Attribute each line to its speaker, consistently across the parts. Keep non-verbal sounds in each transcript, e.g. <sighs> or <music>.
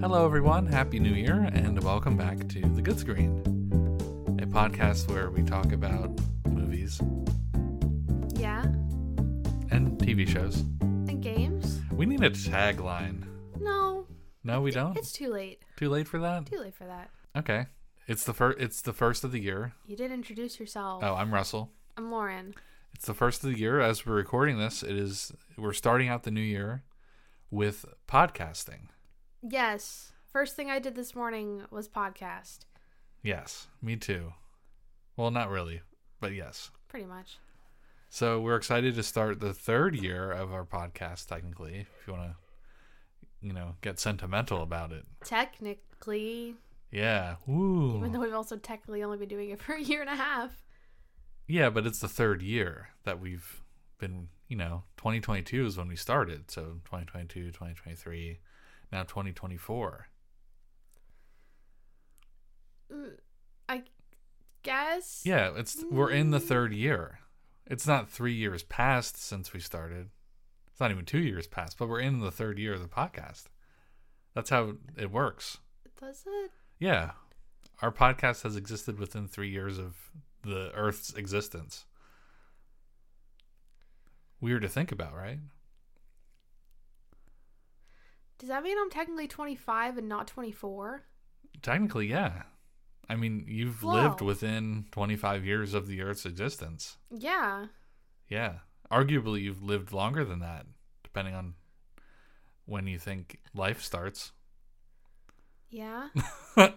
Speaker 1: Hello, everyone. Happy New Year, and welcome back to The Good Screen, a podcast where we talk about movies
Speaker 2: Yeah,
Speaker 1: and TV shows.
Speaker 2: and games?
Speaker 1: We need a tagline.
Speaker 2: No,
Speaker 1: No, we don't.
Speaker 2: it's too late.
Speaker 1: Too late for that.
Speaker 2: Too late for that.
Speaker 1: Okay, it's the first. It's the first of the year.
Speaker 2: You did introduce yourself.
Speaker 1: Oh, I'm Russell.
Speaker 2: I'm Lauren.
Speaker 1: It's the first of the year as we're recording this. It is. We're starting out the new year with podcasting.
Speaker 2: Yes, first thing I did this morning was podcast,
Speaker 1: Yes, me too. Well, not really, but yes.
Speaker 2: pretty much.
Speaker 1: So we're excited to start the third year of our podcast. Technically, if you want to, you know, get sentimental about it.
Speaker 2: Technically,
Speaker 1: Yeah. Woo.
Speaker 2: even though we've also technically only been doing it <laughs> for a year and a half.
Speaker 1: Yeah, but it's the third year that we've been, you know, 2022 is when we started. So 2022, 2023, now 2024.
Speaker 2: Mm, I guess.
Speaker 1: Yeah, it's we're in the third year. It's not 3 years past since we started. It's not even 2 years past, but we're in the third year of the podcast. That's how it works.
Speaker 2: Does it?
Speaker 1: Yeah. Our podcast has existed within 3 years of the earth's existence. Weird to think about, right?
Speaker 2: Does that mean I'm technically 25 and not 24?
Speaker 1: Technically, yeah. I mean, you've
Speaker 2: Whoa.
Speaker 1: lived within 25 years of the Earth's existence.
Speaker 2: Yeah.
Speaker 1: Yeah. Arguably, you've lived longer than that, depending on when you think life starts. <laughs>
Speaker 2: Yeah.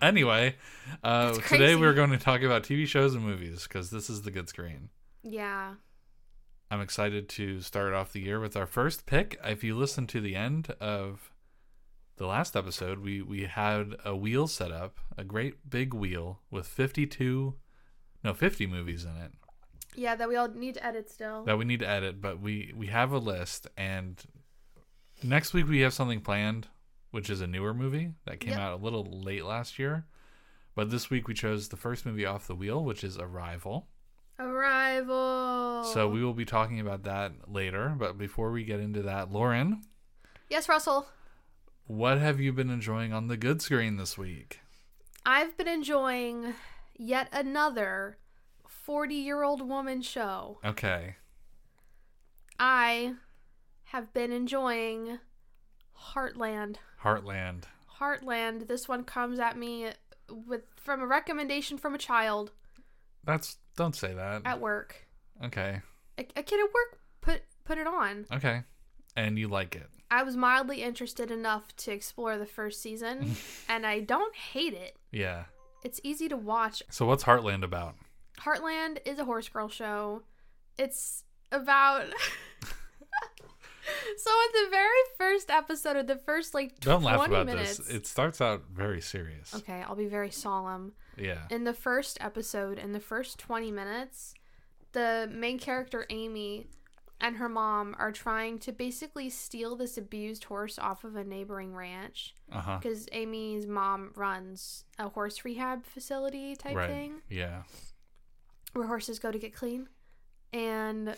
Speaker 1: anyway, uh,
Speaker 2: That's
Speaker 1: today
Speaker 2: crazy.
Speaker 1: we're going to talk about TV shows and movies because this is the good screen.
Speaker 2: yeah.
Speaker 1: I'm excited to start off the year with our first pick. If you listen to the end of the last episode, we we had a wheel set up, a great big wheel with 52 no, 50 movies in it
Speaker 2: Yeah, that we all need to edit still.
Speaker 1: that we need to edit, but we we have a list and next week we have something planned, which is a newer movie that came
Speaker 2: Yep.
Speaker 1: out a little late last year. But this week we chose the first movie off the wheel, which is Arrival.
Speaker 2: Arrival.
Speaker 1: So we will be talking about that later, but before we get into that, Lauren,
Speaker 2: Yes, Russell.
Speaker 1: What have you been enjoying on the good screen this week?
Speaker 2: I've been enjoying yet another 40 year old woman show.
Speaker 1: Okay.
Speaker 2: I have been enjoying Heartland.
Speaker 1: Heartland.
Speaker 2: Heartland, this one comes at me with from a recommendation from a child
Speaker 1: That's don't say that.
Speaker 2: at work.
Speaker 1: Okay.
Speaker 2: A, a kid at work put put it on.
Speaker 1: Okay. And you like it.
Speaker 2: I was mildly interested enough to explore the first season and I don't hate it.
Speaker 1: Yeah.
Speaker 2: It's easy to watch.
Speaker 1: So what's Heartland about?
Speaker 2: Heartland is a horse girl show. It's about. <laughs> so, in the very first episode of the first like
Speaker 1: Don't
Speaker 2: 20
Speaker 1: laugh about
Speaker 2: minutes.
Speaker 1: this. It starts out very serious.
Speaker 2: okay, I'll be very solemn.
Speaker 1: Yeah.
Speaker 2: In the first episode, in the first 20 minutes, the main character Amy and her mom are trying to basically steal this abused horse off of a neighboring ranch
Speaker 1: Uh-huh.
Speaker 2: because Amy's mom runs a horse rehab facility type
Speaker 1: Right.
Speaker 2: thing.
Speaker 1: Yeah.
Speaker 2: where horses go to get clean. And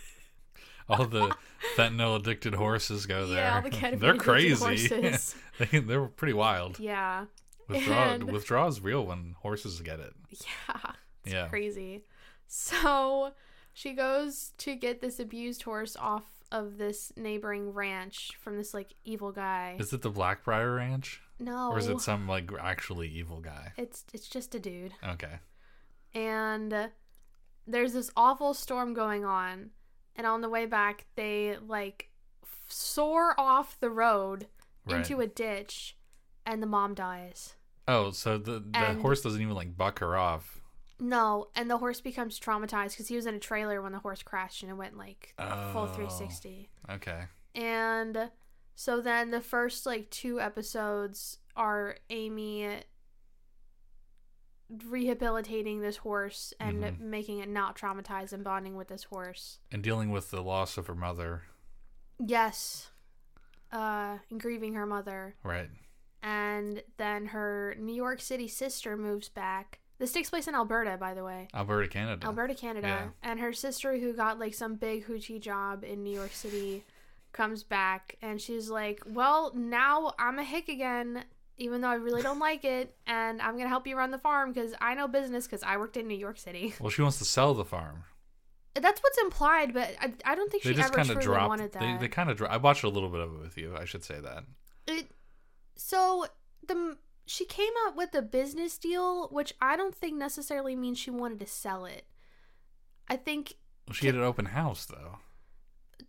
Speaker 2: <laughs>
Speaker 1: All the fentanyl addicted horses go there.
Speaker 2: yeah, all the kind
Speaker 1: <laughs>
Speaker 2: of
Speaker 1: they're
Speaker 2: addicted
Speaker 1: crazy.
Speaker 2: horses.
Speaker 1: <laughs> they, they're pretty wild.
Speaker 2: yeah,
Speaker 1: Withdraw
Speaker 2: And-
Speaker 1: withdraw's real when horses get it.
Speaker 2: yeah, it's
Speaker 1: Yeah.
Speaker 2: crazy. So she goes to get this abused horse off of this neighboring ranch from this like evil guy.
Speaker 1: Is it the Blackbriar Ranch?
Speaker 2: no,
Speaker 1: Or is it some like actually evil guy?
Speaker 2: it's it's just a dude.
Speaker 1: Okay.
Speaker 2: and there's this awful storm going on and on the way back they like f- soar off the road
Speaker 1: Right.
Speaker 2: into a ditch and the mom dies
Speaker 1: Oh, so the, the
Speaker 2: And-
Speaker 1: horse doesn't even like buck her off.
Speaker 2: no and the horse becomes traumatized because he was in a trailer when the horse crashed and it went like full
Speaker 1: Oh.
Speaker 2: 360
Speaker 1: Okay.
Speaker 2: and so then the first like two episodes are amy rehabilitating this horse and
Speaker 1: Mhm.
Speaker 2: making it not traumatized and bonding with this horse
Speaker 1: And dealing with the loss of her mother,
Speaker 2: Yes. Uh, and grieving her mother.
Speaker 1: right?
Speaker 2: And then her New York City sister moves back. This takes place in Alberta, by the way.
Speaker 1: Alberta, Canada.
Speaker 2: Alberta, Canada.
Speaker 1: Yeah.
Speaker 2: And her sister, who got like some big hoochie job in New York City, comes back and she's like, Well, now I'm a hick again, even though I really don't like it. And I'm going to help you run the farm because I know business because I worked in New York City.
Speaker 1: Well, she wants to sell the farm.
Speaker 2: That's what's implied, but I, I don't think
Speaker 1: They
Speaker 2: she
Speaker 1: just
Speaker 2: ever
Speaker 1: kind
Speaker 2: truly
Speaker 1: of dropped.
Speaker 2: wanted that.
Speaker 1: They, they kind of. Dro- I watched a little bit of it with you. I should say that.
Speaker 2: it so the she came up with a business deal which i don't think necessarily means she wanted to sell it i think
Speaker 1: Well, she had an open house though.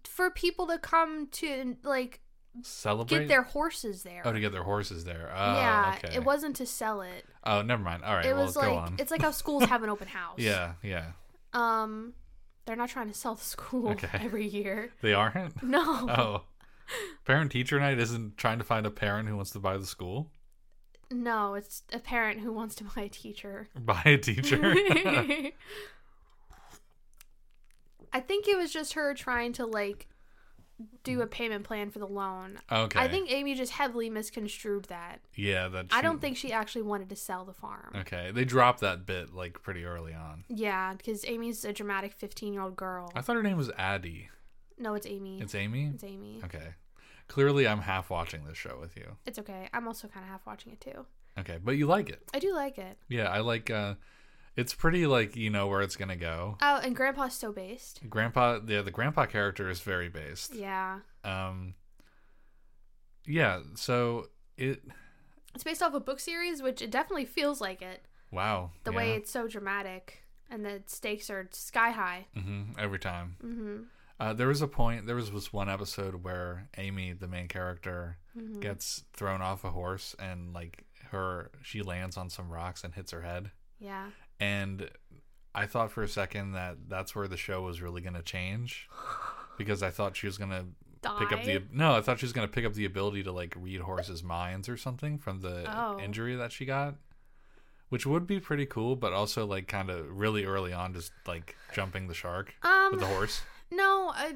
Speaker 2: for people to come to like
Speaker 1: Celebrate.
Speaker 2: get their horses there
Speaker 1: oh, to get their horses there. Oh,
Speaker 2: yeah
Speaker 1: okay.
Speaker 2: it wasn't to sell it
Speaker 1: Oh, never mind. All right.
Speaker 2: it
Speaker 1: well,
Speaker 2: was
Speaker 1: go
Speaker 2: like
Speaker 1: on.
Speaker 2: it's like how schools have
Speaker 1: <laughs>
Speaker 2: an open house
Speaker 1: yeah, yeah.
Speaker 2: um they're not trying to sell the school <laughs>
Speaker 1: Okay. <laughs>
Speaker 2: every year
Speaker 1: They
Speaker 2: <laughs>
Speaker 1: aren't.
Speaker 2: no
Speaker 1: Oh. Parent teacher night isn't trying to find a parent who wants to buy the school. <laughs>
Speaker 2: no it's a parent who wants to buy a teacher
Speaker 1: Buy a <laughs>
Speaker 2: <laughs>
Speaker 1: teacher.
Speaker 2: I think it was just her trying to like do a payment plan for the loan.
Speaker 1: okay.
Speaker 2: I think Amy just heavily misconstrued that.
Speaker 1: Yeah, that.
Speaker 2: I
Speaker 1: she-
Speaker 2: don't think she actually wanted to sell the farm.
Speaker 1: Okay, they dropped that bit like pretty early on.
Speaker 2: Yeah, because Amy's a dramatic 15 year old girl.
Speaker 1: I thought her name was Addie.
Speaker 2: no, it's Amy. It's,
Speaker 1: It's Amy.
Speaker 2: Amy.
Speaker 1: Okay. Clearly, I'm half watching this show with you.
Speaker 2: It's okay. I'm also kind of half watching it too.
Speaker 1: Okay, but you like it.
Speaker 2: I do like it.
Speaker 1: Yeah, I like. uh It's pretty like you know where it's gonna go.
Speaker 2: Oh, and Grandpa's so based.
Speaker 1: Grandpa, yeah, the grandpa character is very based.
Speaker 2: Yeah.
Speaker 1: Um. Yeah. So it.
Speaker 2: It's based off a book series, which it definitely feels like it.
Speaker 1: Wow.
Speaker 2: The way it's so dramatic and the stakes are sky high.
Speaker 1: hmm every time.
Speaker 2: Mm-hmm.
Speaker 1: Uh, there was a point. There was this one episode where Amy, the main character,
Speaker 2: Mhm.
Speaker 1: gets thrown off a horse and like her, she lands on some rocks and hits her head.
Speaker 2: Yeah.
Speaker 1: And I thought for a second that that's where the show was really going to
Speaker 2: <sighs>
Speaker 1: change, because I thought she was going to
Speaker 2: Die.
Speaker 1: pick up the no, I thought she was going to pick up the ability to like read horses' minds or something from the
Speaker 2: Oh.
Speaker 1: injury that she got. Which would be pretty cool, but also like kind of really early on, just like jumping the shark with
Speaker 2: um
Speaker 1: the horse,
Speaker 2: <laughs>
Speaker 1: <laughs>
Speaker 2: no uh,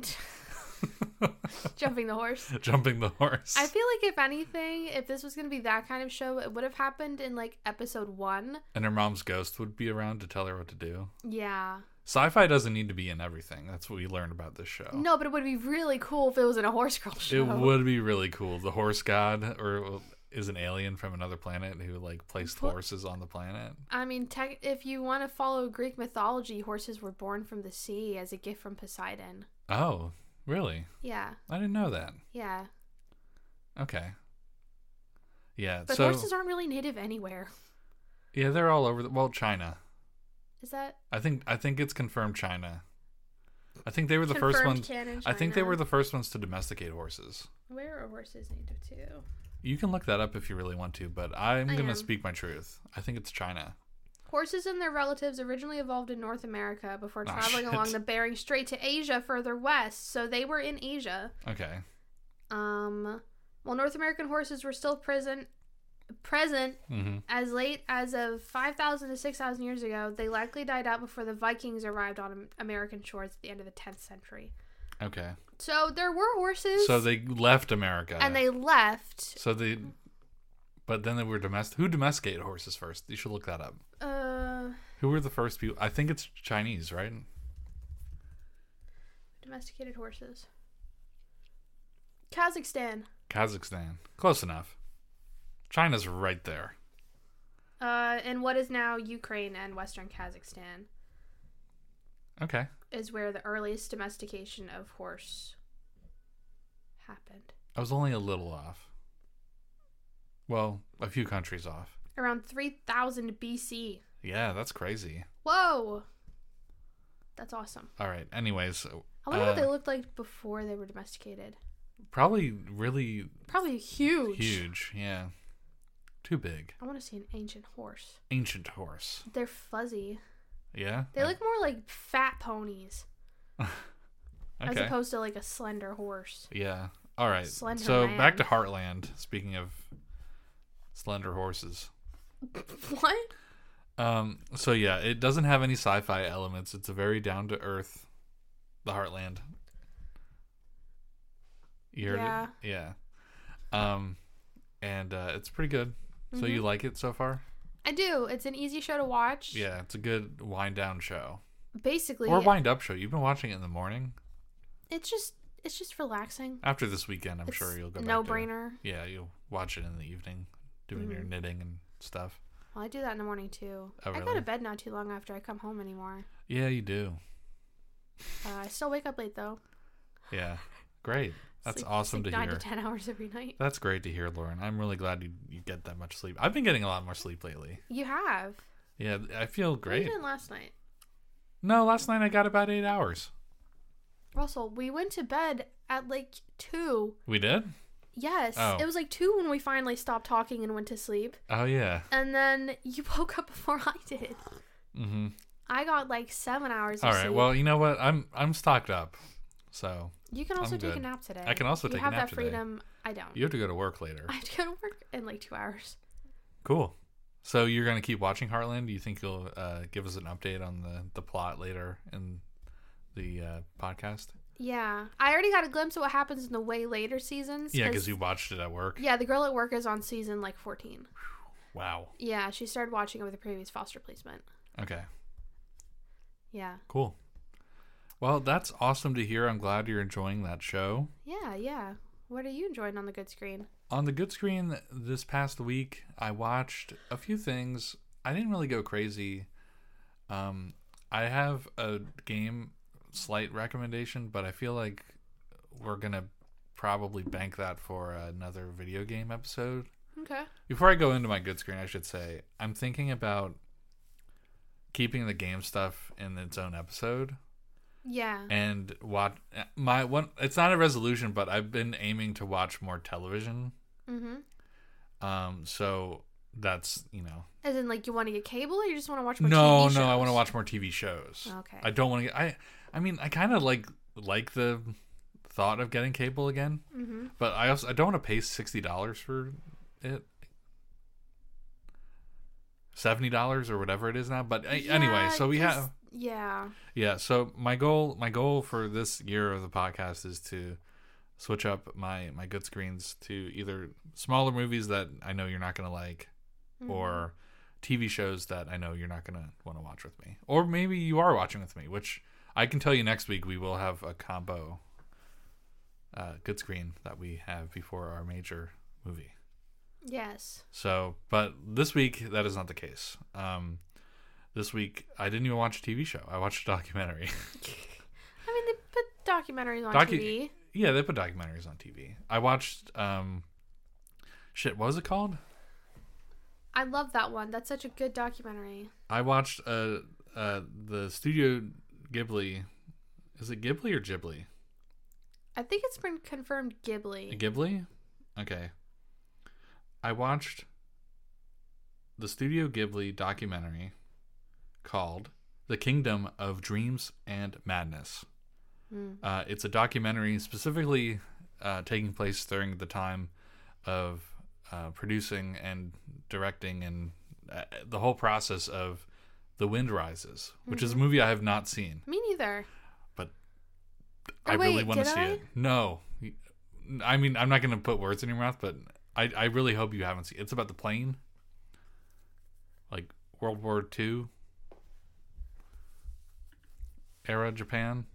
Speaker 2: jumping the horse.
Speaker 1: jumping the horse.
Speaker 2: I feel like if anything, if this was gonna be that kind of show, it would have happened in like episode one.
Speaker 1: and her mom's ghost would be around to tell her what to do.
Speaker 2: Yeah.
Speaker 1: Sci-fi doesn't need to be in everything. That's what we learned about this show.
Speaker 2: No, but it would be really cool if it was in a horse girl show.
Speaker 1: Oh. It would be really cool. The horse god or is an alien from another planet who like placed
Speaker 2: What?
Speaker 1: horses on the planet.
Speaker 2: I mean, tech, if you want to follow Greek mythology, horses were born from the sea as a gift from Poseidon.
Speaker 1: Oh, really?
Speaker 2: Yeah,
Speaker 1: I didn't know that.
Speaker 2: yeah.
Speaker 1: Okay. Yeah.
Speaker 2: But
Speaker 1: so
Speaker 2: horses aren't really native anywhere.
Speaker 1: yeah, they're all over the well, China.
Speaker 2: Is that
Speaker 1: I think I think it's confirmed China. I think they were the first
Speaker 2: confirmed
Speaker 1: ones.
Speaker 2: canon
Speaker 1: I think they
Speaker 2: China?
Speaker 1: were the first ones to domesticate horses.
Speaker 2: Where are horses native to?
Speaker 1: You can look that up if you really want to, but I'm
Speaker 2: I
Speaker 1: gonna
Speaker 2: am.
Speaker 1: speak my truth. I think it's China.
Speaker 2: Horses and their relatives originally evolved in North America before
Speaker 1: Oh, <laughs>
Speaker 2: traveling
Speaker 1: shit.
Speaker 2: along the Bering Strait to Asia further west, so they were in Asia.
Speaker 1: Okay.
Speaker 2: Um, while North American horses were still present present
Speaker 1: hmm
Speaker 2: as late as of 5,000 to 6,000 years ago, they likely died out before the Vikings arrived on Am- American shores at the end of the 10th century.
Speaker 1: Okay.
Speaker 2: So there were horses,
Speaker 1: So they uh, left America.
Speaker 2: and they left.
Speaker 1: So they, but then they were domestic. Who domesticated horses first? You should look that up.
Speaker 2: Uh,
Speaker 1: Who were the first people? I think it's Chinese, right?
Speaker 2: domesticated horses. Kazakhstan.
Speaker 1: Kazakhstan. Close enough. China's right there.
Speaker 2: Uh, in what is now Ukraine and Western Kazakhstan
Speaker 1: Okay.
Speaker 2: is where the earliest domestication of horse happened.
Speaker 1: I was only a little off. Well, a few countries off.
Speaker 2: Around 3000 BC.
Speaker 1: Yeah, that's crazy.
Speaker 2: Whoa! That's awesome.
Speaker 1: All right. Anyways,
Speaker 2: I wonder what
Speaker 1: Uh,
Speaker 2: they looked like before they were domesticated.
Speaker 1: probably really
Speaker 2: Probably huge.
Speaker 1: huge. Yeah. Too big.
Speaker 2: I want to see an ancient horse.
Speaker 1: Ancient horse.
Speaker 2: They're fuzzy.
Speaker 1: Yeah.
Speaker 2: They look more like fat ponies as
Speaker 1: Okay.
Speaker 2: opposed to like a slender horse. <laughs>
Speaker 1: Yeah. All right.
Speaker 2: Slender
Speaker 1: so back
Speaker 2: Man.
Speaker 1: to Heartland. Speaking of slender horses.
Speaker 2: what?
Speaker 1: Um. So yeah, it doesn't have any sci-fi elements. It's a very down to earth, the Heartland. You heard
Speaker 2: Yeah.
Speaker 1: it. Yeah. Um, and uh, it's pretty good. So
Speaker 2: Mm-hmm.
Speaker 1: you like it so far?
Speaker 2: I do. It's an easy show to watch.
Speaker 1: Yeah, it's a good wind down show
Speaker 2: Basically,
Speaker 1: or wind up show. You've been watching it in the morning.
Speaker 2: it's just it's just relaxing.
Speaker 1: After this weekend, I'm
Speaker 2: It's
Speaker 1: sure you'll go.
Speaker 2: No
Speaker 1: back to-
Speaker 2: brainer.
Speaker 1: Yeah, you'll watch it in the evening, doing your
Speaker 2: Mhm.
Speaker 1: knitting and stuff.
Speaker 2: Well, I do that in the morning too.
Speaker 1: Oh,
Speaker 2: I go
Speaker 1: really?
Speaker 2: to bed not too long after I come home anymore.
Speaker 1: Yeah, you do.
Speaker 2: Uh, I still wake up late though.
Speaker 1: Yeah,
Speaker 2: <laughs>
Speaker 1: great. That's
Speaker 2: Sleep-
Speaker 1: awesome
Speaker 2: sleep
Speaker 1: to
Speaker 2: nine
Speaker 1: hear.
Speaker 2: to ten <laughs> hours every night.
Speaker 1: That's great to hear, Lauren. I'm really glad you, you get that much sleep. I've been getting a lot more sleep lately.
Speaker 2: You have
Speaker 1: Yeah, I feel great.
Speaker 2: Even last night,
Speaker 1: No, last night I got about eight hours.
Speaker 2: Russell, we went to bed at like two.
Speaker 1: We did?
Speaker 2: Yes,
Speaker 1: Oh.
Speaker 2: it was like two when we finally stopped talking and went to sleep.
Speaker 1: Oh, yeah.
Speaker 2: And then you <laughs> woke up before I did.
Speaker 1: Mm-hmm.
Speaker 2: I got like seven hours. Of
Speaker 1: All right.
Speaker 2: Sleep.
Speaker 1: Well, you know what? I'm I'm stocked up. So
Speaker 2: you can also
Speaker 1: I'm
Speaker 2: take a
Speaker 1: good.
Speaker 2: nap today.
Speaker 1: I can also
Speaker 2: you
Speaker 1: take a
Speaker 2: have
Speaker 1: nap
Speaker 2: that
Speaker 1: today.
Speaker 2: freedom. I don't.
Speaker 1: you have to go to work later.
Speaker 2: <laughs> I have to go to work in like two hours.
Speaker 1: Cool. So you're going to keep watching Heartland? Do you think you'll uh, give us an update on the, the plot later in the uh, podcast?
Speaker 2: Yeah, I already got a glimpse of what happens in the way later seasons.
Speaker 1: Yeah, because you watched it at work.
Speaker 2: Yeah, the girl at work is on season like fourteen.
Speaker 1: Wow.
Speaker 2: Yeah, she started watching it with a previous foster placement.
Speaker 1: Okay.
Speaker 2: Yeah,
Speaker 1: Cool. Well, that's awesome to hear. I'm glad you're enjoying that show.
Speaker 2: yeah, yeah. What are you enjoying on the good screen?
Speaker 1: On the good screen this past week, I watched a few things. I didn't really go crazy. Um, I have a game slight recommendation, but I feel like we're gonna probably bank that for another video game episode.
Speaker 2: Okay.
Speaker 1: Before I go into my good screen, I should say I'm thinking about keeping the game stuff in its own episode
Speaker 2: Yeah.
Speaker 1: and watch my one. It's not a resolution, but I've been aiming to watch more television.
Speaker 2: Mm-hmm.
Speaker 1: Um, so that's you know,
Speaker 2: As in, like, you want to get cable or you just want to watch more TV
Speaker 1: no,
Speaker 2: shows? Oh,
Speaker 1: no, I want to watch more TV shows.
Speaker 2: Okay.
Speaker 1: I don't want to. I, I mean, I kind of like like the thought of getting cable again,
Speaker 2: Mm-hmm.
Speaker 1: but I also I don't want to pay sixty dollars for it. Seventy dollars or whatever it is now, but uh, anyway, so we have
Speaker 2: Yeah.
Speaker 1: yeah. So my goal, my goal for this year of the podcast is to switch up my my good screens to either smaller movies that I know you're not gonna like,
Speaker 2: Mm-hmm.
Speaker 1: or TV shows that I know you're not going to want to watch with me. Or maybe you are watching with me, which I can tell you next week we will have a combo uh, good screen that we have before our major movie.
Speaker 2: Yes.
Speaker 1: So, but this week that is not the case. Um, this week I didn't even watch a TV show. I watched a documentary.
Speaker 2: I mean, they put documentaries on
Speaker 1: Docu-
Speaker 2: TV.
Speaker 1: yeah, they put documentaries on TV. I watched um, shit. What was it called?
Speaker 2: I love that one. That's such a good documentary.
Speaker 1: I watched uh, uh, the Studio Ghibli. Is it Ghibli or Ghibli?
Speaker 2: I think it's been confirmed Ghibli.
Speaker 1: Ghibli? Okay. I watched the Studio Ghibli documentary called The Kingdom of Dreams and Madness.
Speaker 2: Mm.
Speaker 1: Uh, it's a documentary specifically uh, taking place during the time of uh, producing and directing and uh, the whole process of The Wind Rises, which is a movie I have not seen.
Speaker 2: Me neither. Oh,
Speaker 1: I really
Speaker 2: wait,
Speaker 1: want to
Speaker 2: did
Speaker 1: see
Speaker 2: I?
Speaker 1: it. No, I mean I'm not going to put words in your mouth, but I I really hope you haven't seen. It's about the plane, like World War II era Japan,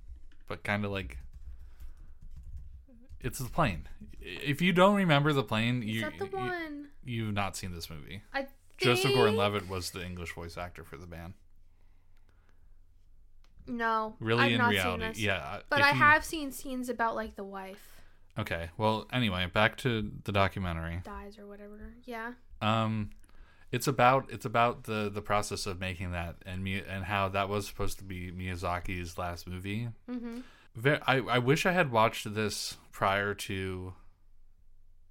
Speaker 1: but kind of like it's the plane. If you don't remember the plane,
Speaker 2: Is
Speaker 1: you,
Speaker 2: that the
Speaker 1: you
Speaker 2: one?
Speaker 1: you've not seen this movie.
Speaker 2: I think.
Speaker 1: Joseph Gordon-Levitt was the English voice actor for the band.
Speaker 2: No.
Speaker 1: Really,
Speaker 2: I've
Speaker 1: in
Speaker 2: not
Speaker 1: reality,
Speaker 2: seen this.
Speaker 1: yeah. uh,
Speaker 2: But
Speaker 1: if
Speaker 2: I
Speaker 1: you-
Speaker 2: have seen scenes about, like, the wife
Speaker 1: Okay, well, anyway, back to the documentary.
Speaker 2: dies or whatever. Yeah.
Speaker 1: Um, it's about it's about the the process of making that and Mi- and how that was supposed to be Miyazaki's last movie.
Speaker 2: Mm-hmm.
Speaker 1: Ver I I wish I had watched this prior to,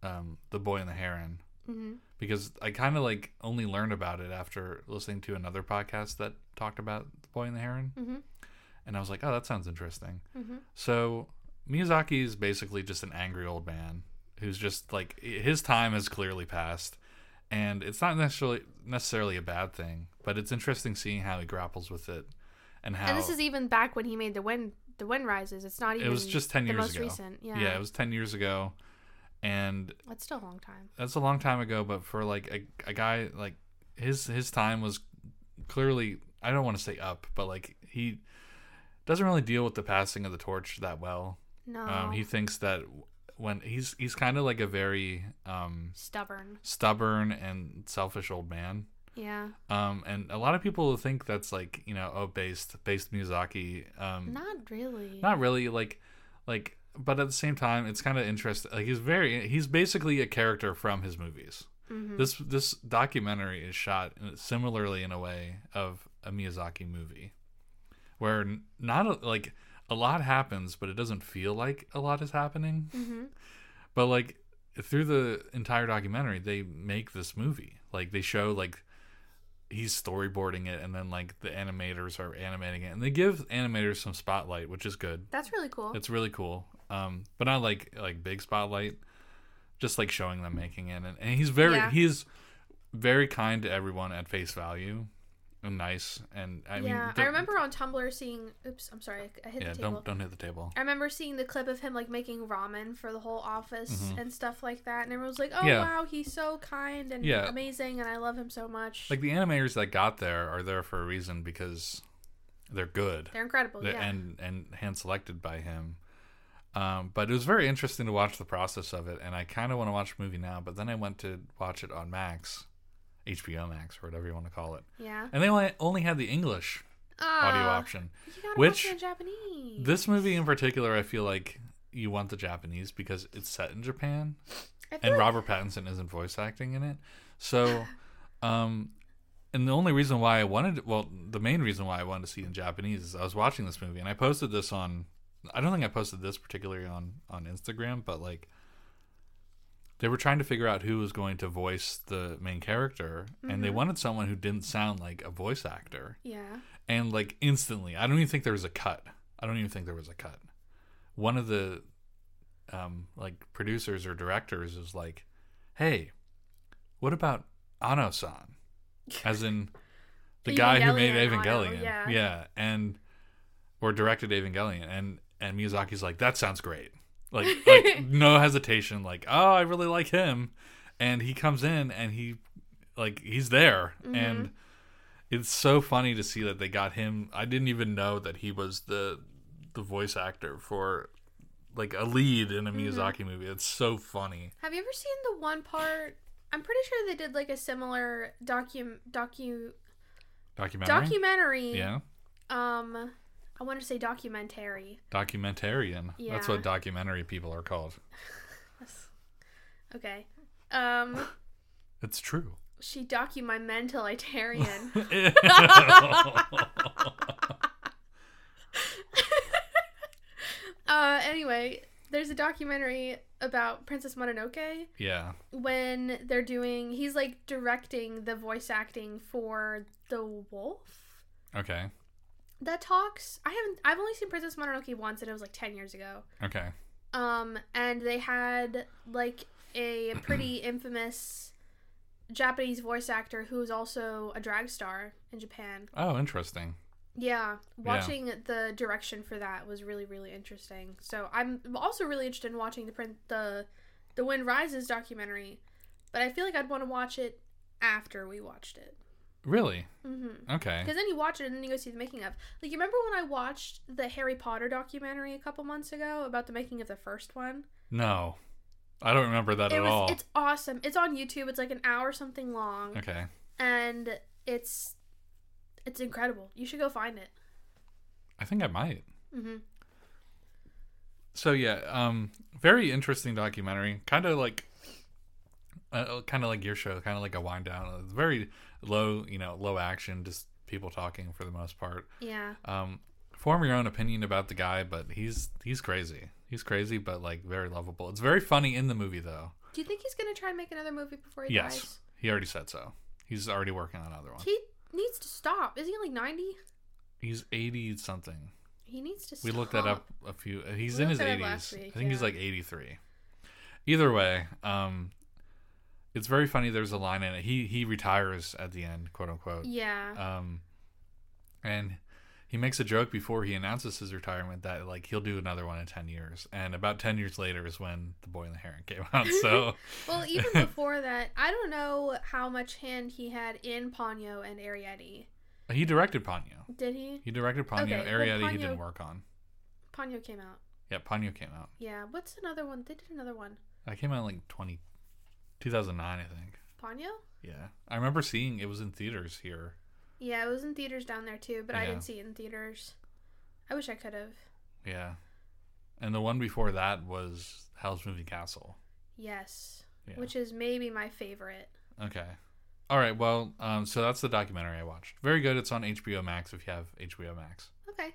Speaker 1: um, The Boy and the Heron
Speaker 2: Mm-hmm.
Speaker 1: because I kind of like only learned about it after listening to another podcast that talked about The Boy and the Heron,
Speaker 2: Mm-hmm.
Speaker 1: and I was like, oh, that sounds interesting.
Speaker 2: Mm-hmm.
Speaker 1: So Miyazaki is basically just an angry old man who's just like his time has clearly passed, and it's not necessarily necessarily a bad thing, but it's interesting seeing how he grapples with it and how
Speaker 2: And this is even back when he made the wind. The wind rises. It's not even.
Speaker 1: it was just ten
Speaker 2: the
Speaker 1: years
Speaker 2: most
Speaker 1: ago.
Speaker 2: recent. Yeah.
Speaker 1: yeah. it was ten years ago, and
Speaker 2: That's still a long time.
Speaker 1: that's a long time ago. But for like a, a guy like his his time was clearly I don't want to say up, but like he doesn't really deal with the passing of the torch that well
Speaker 2: No.
Speaker 1: Um, he thinks that when he's he's kind of like a very um,
Speaker 2: Stubborn.
Speaker 1: stubborn and selfish old man.
Speaker 2: Yeah.
Speaker 1: Um, and a lot of people think that's like you know oh based based Miyazaki. Um,
Speaker 2: Not really.
Speaker 1: not really like like but at the same time it's kind of interesting like he's very he's basically a character from his movies
Speaker 2: Mhm.
Speaker 1: this this documentary is shot in- similarly in a way of a miyazaki movie where n- not a, like a lot happens but it doesn't feel like a lot is happening
Speaker 2: hmm
Speaker 1: but like through the entire documentary they make this movie like they show like he's storyboarding it and then like the animators are animating it and they give animators some spotlight which is good
Speaker 2: That's really cool.
Speaker 1: it's really cool. Um, but not like like big spotlight. Just like showing them making it, and, and he's very
Speaker 2: Yeah.
Speaker 1: he's very kind to everyone at face value, and nice. And I mean,
Speaker 2: yeah, I
Speaker 1: don't-
Speaker 2: remember on Tumblr seeing. Oops, I'm sorry, I- I hit
Speaker 1: Yeah,
Speaker 2: the table.
Speaker 1: don't don't hit the table.
Speaker 2: I remember seeing the clip of him like making ramen for the whole office
Speaker 1: Mhm.
Speaker 2: and stuff like that, and everyone was like, "Oh
Speaker 1: Yeah.
Speaker 2: wow, he's so kind and
Speaker 1: Yeah.
Speaker 2: amazing, and I love him so much.
Speaker 1: Like the animators that got there are there for a reason because they're good.
Speaker 2: They're incredible."
Speaker 1: the-
Speaker 2: Oh, yeah,
Speaker 1: and and hand selected by him. Um, but it was very interesting to watch the process of it, and I kind of want to watch the movie now. But then I went to watch it on Max, HBO Max or whatever you want to call it,
Speaker 2: yeah.
Speaker 1: and they only, only had the English audio
Speaker 2: Ah,
Speaker 1: option.
Speaker 2: You gotta
Speaker 1: which-
Speaker 2: watch it in Japanese.
Speaker 1: This movie in particular, I feel like you want the Japanese because it's set in Japan,
Speaker 2: I feel
Speaker 1: and
Speaker 2: like-
Speaker 1: Robert Pattinson isn't voice acting in it. So, <laughs> um, and the only reason why I wanted, well, the main reason why I wanted to see it in Japanese is I was watching this movie and I posted this on, I don't think I posted this particularly on on Instagram, but like, they were trying to figure out who was going to voice the main character, and they
Speaker 2: Mm-hmm.
Speaker 1: wanted someone who didn't sound like a voice actor,
Speaker 2: yeah,
Speaker 1: and like instantly, I don't even think there was a cut. I don't even think there was a cut. One of the um, like producers or directors is like, "Hey, what about Ano-san?" As in the guy who made
Speaker 2: Evangelion, Ano,
Speaker 1: Evangelion.
Speaker 2: yeah.
Speaker 1: and or directed Evangelion, and and Miyazaki's like, "That sounds great." Like, like no hesitation. Like, oh, I really like him, and he comes in and he like he's there and it's so funny to see that they got him i didn't even know that he was the the voice actor for like a lead in a miyazaki movie it's so funny
Speaker 2: Have you ever seen the one part? I'm pretty sure they did like a similar docu docu
Speaker 1: documentary
Speaker 2: documentary.
Speaker 1: yeah
Speaker 2: Um, I want to say documentary.
Speaker 1: documentarian that's
Speaker 2: Yeah.
Speaker 1: what documentary people are called
Speaker 2: Okay. Um,
Speaker 1: it's true <laughs>
Speaker 2: she documentalitarian. uh, anyway, there's a documentary about Princess Mononoke
Speaker 1: yeah
Speaker 2: when they're doing. He's like directing the voice acting for the wolf
Speaker 1: okay
Speaker 2: that talks. I haven't. I've only seen Princess Mononoke once, and it was like ten years ago.
Speaker 1: okay
Speaker 2: Um, and they had like a pretty infamous Japanese voice actor who was also a drag star in Japan.
Speaker 1: oh interesting
Speaker 2: Yeah, watching the direction for that was really really interesting. So I'm also really interested in watching the print the the Wind Rises documentary, but I feel like I'd want to watch it after we watched it.
Speaker 1: really
Speaker 2: Mhm.
Speaker 1: okay
Speaker 2: Because then you watch it and then you go see the making of. Like you remember when I watched the Harry Potter documentary a couple months ago about the making of the first one?
Speaker 1: no i don't remember that
Speaker 2: it
Speaker 1: at
Speaker 2: was
Speaker 1: all
Speaker 2: it's awesome. It's on YouTube. It's like an hour something long,
Speaker 1: okay
Speaker 2: and it's it's incredible. You should go find it.
Speaker 1: i think i might
Speaker 2: hmm
Speaker 1: so yeah um very interesting documentary kind of like uh, kind of like your show kind of like a wind down It's very low you know low action just people talking for the most part
Speaker 2: Yeah.
Speaker 1: um form your own opinion about the guy but he's he's crazy he's crazy but like very lovable it's very funny in the movie though
Speaker 2: Do you think he's gonna try and make another movie before he
Speaker 1: yes
Speaker 2: dies?
Speaker 1: he already said so he's already working on another one
Speaker 2: He needs to stop. Is he like ninety?
Speaker 1: he's 80 something
Speaker 2: He needs to.
Speaker 1: We
Speaker 2: stop.
Speaker 1: looked that up a few. uh, He's
Speaker 2: Um, We
Speaker 1: in
Speaker 2: looked
Speaker 1: his
Speaker 2: that up
Speaker 1: 80s.
Speaker 2: last
Speaker 1: I
Speaker 2: week,
Speaker 1: think he's
Speaker 2: yeah.
Speaker 1: like 83. Either way, um, it's very funny. There's a line in it. He he retires at the end, quote unquote.
Speaker 2: Yeah.
Speaker 1: Um, and he makes a joke before he announces his retirement that like he'll do another one in 10 years. And about 10 years later is when the boy and the heron came out. So
Speaker 2: <laughs>
Speaker 1: <laughs>
Speaker 2: Well, even before that, I don't know how much hand he had in Ponyo and Arietti.
Speaker 1: he directed Ponyo.
Speaker 2: Did he?
Speaker 1: He directed Ponyo.
Speaker 2: Okay, but
Speaker 1: Ariadne he
Speaker 2: Ponyo-
Speaker 1: didn't work on.
Speaker 2: Ponyo came out.
Speaker 1: Yeah, Ponyo came out.
Speaker 2: Yeah. What's another one? They did another one.
Speaker 1: I came out in like 20, 2009, I think.
Speaker 2: Ponyo?
Speaker 1: Yeah. I remember seeing it was in theaters here.
Speaker 2: Yeah, it was in theaters down there too, but I
Speaker 1: Yeah.
Speaker 2: didn't see it in theaters. I wish I could have.
Speaker 1: Yeah. And the one before that was Howl's Moving Castle.
Speaker 2: Yes.
Speaker 1: Yeah.
Speaker 2: Which is maybe my favorite.
Speaker 1: Okay. All right. Well, um, so that's the documentary I watched. Very good. It's on HBO Max if you have HBO Max.
Speaker 2: Okay.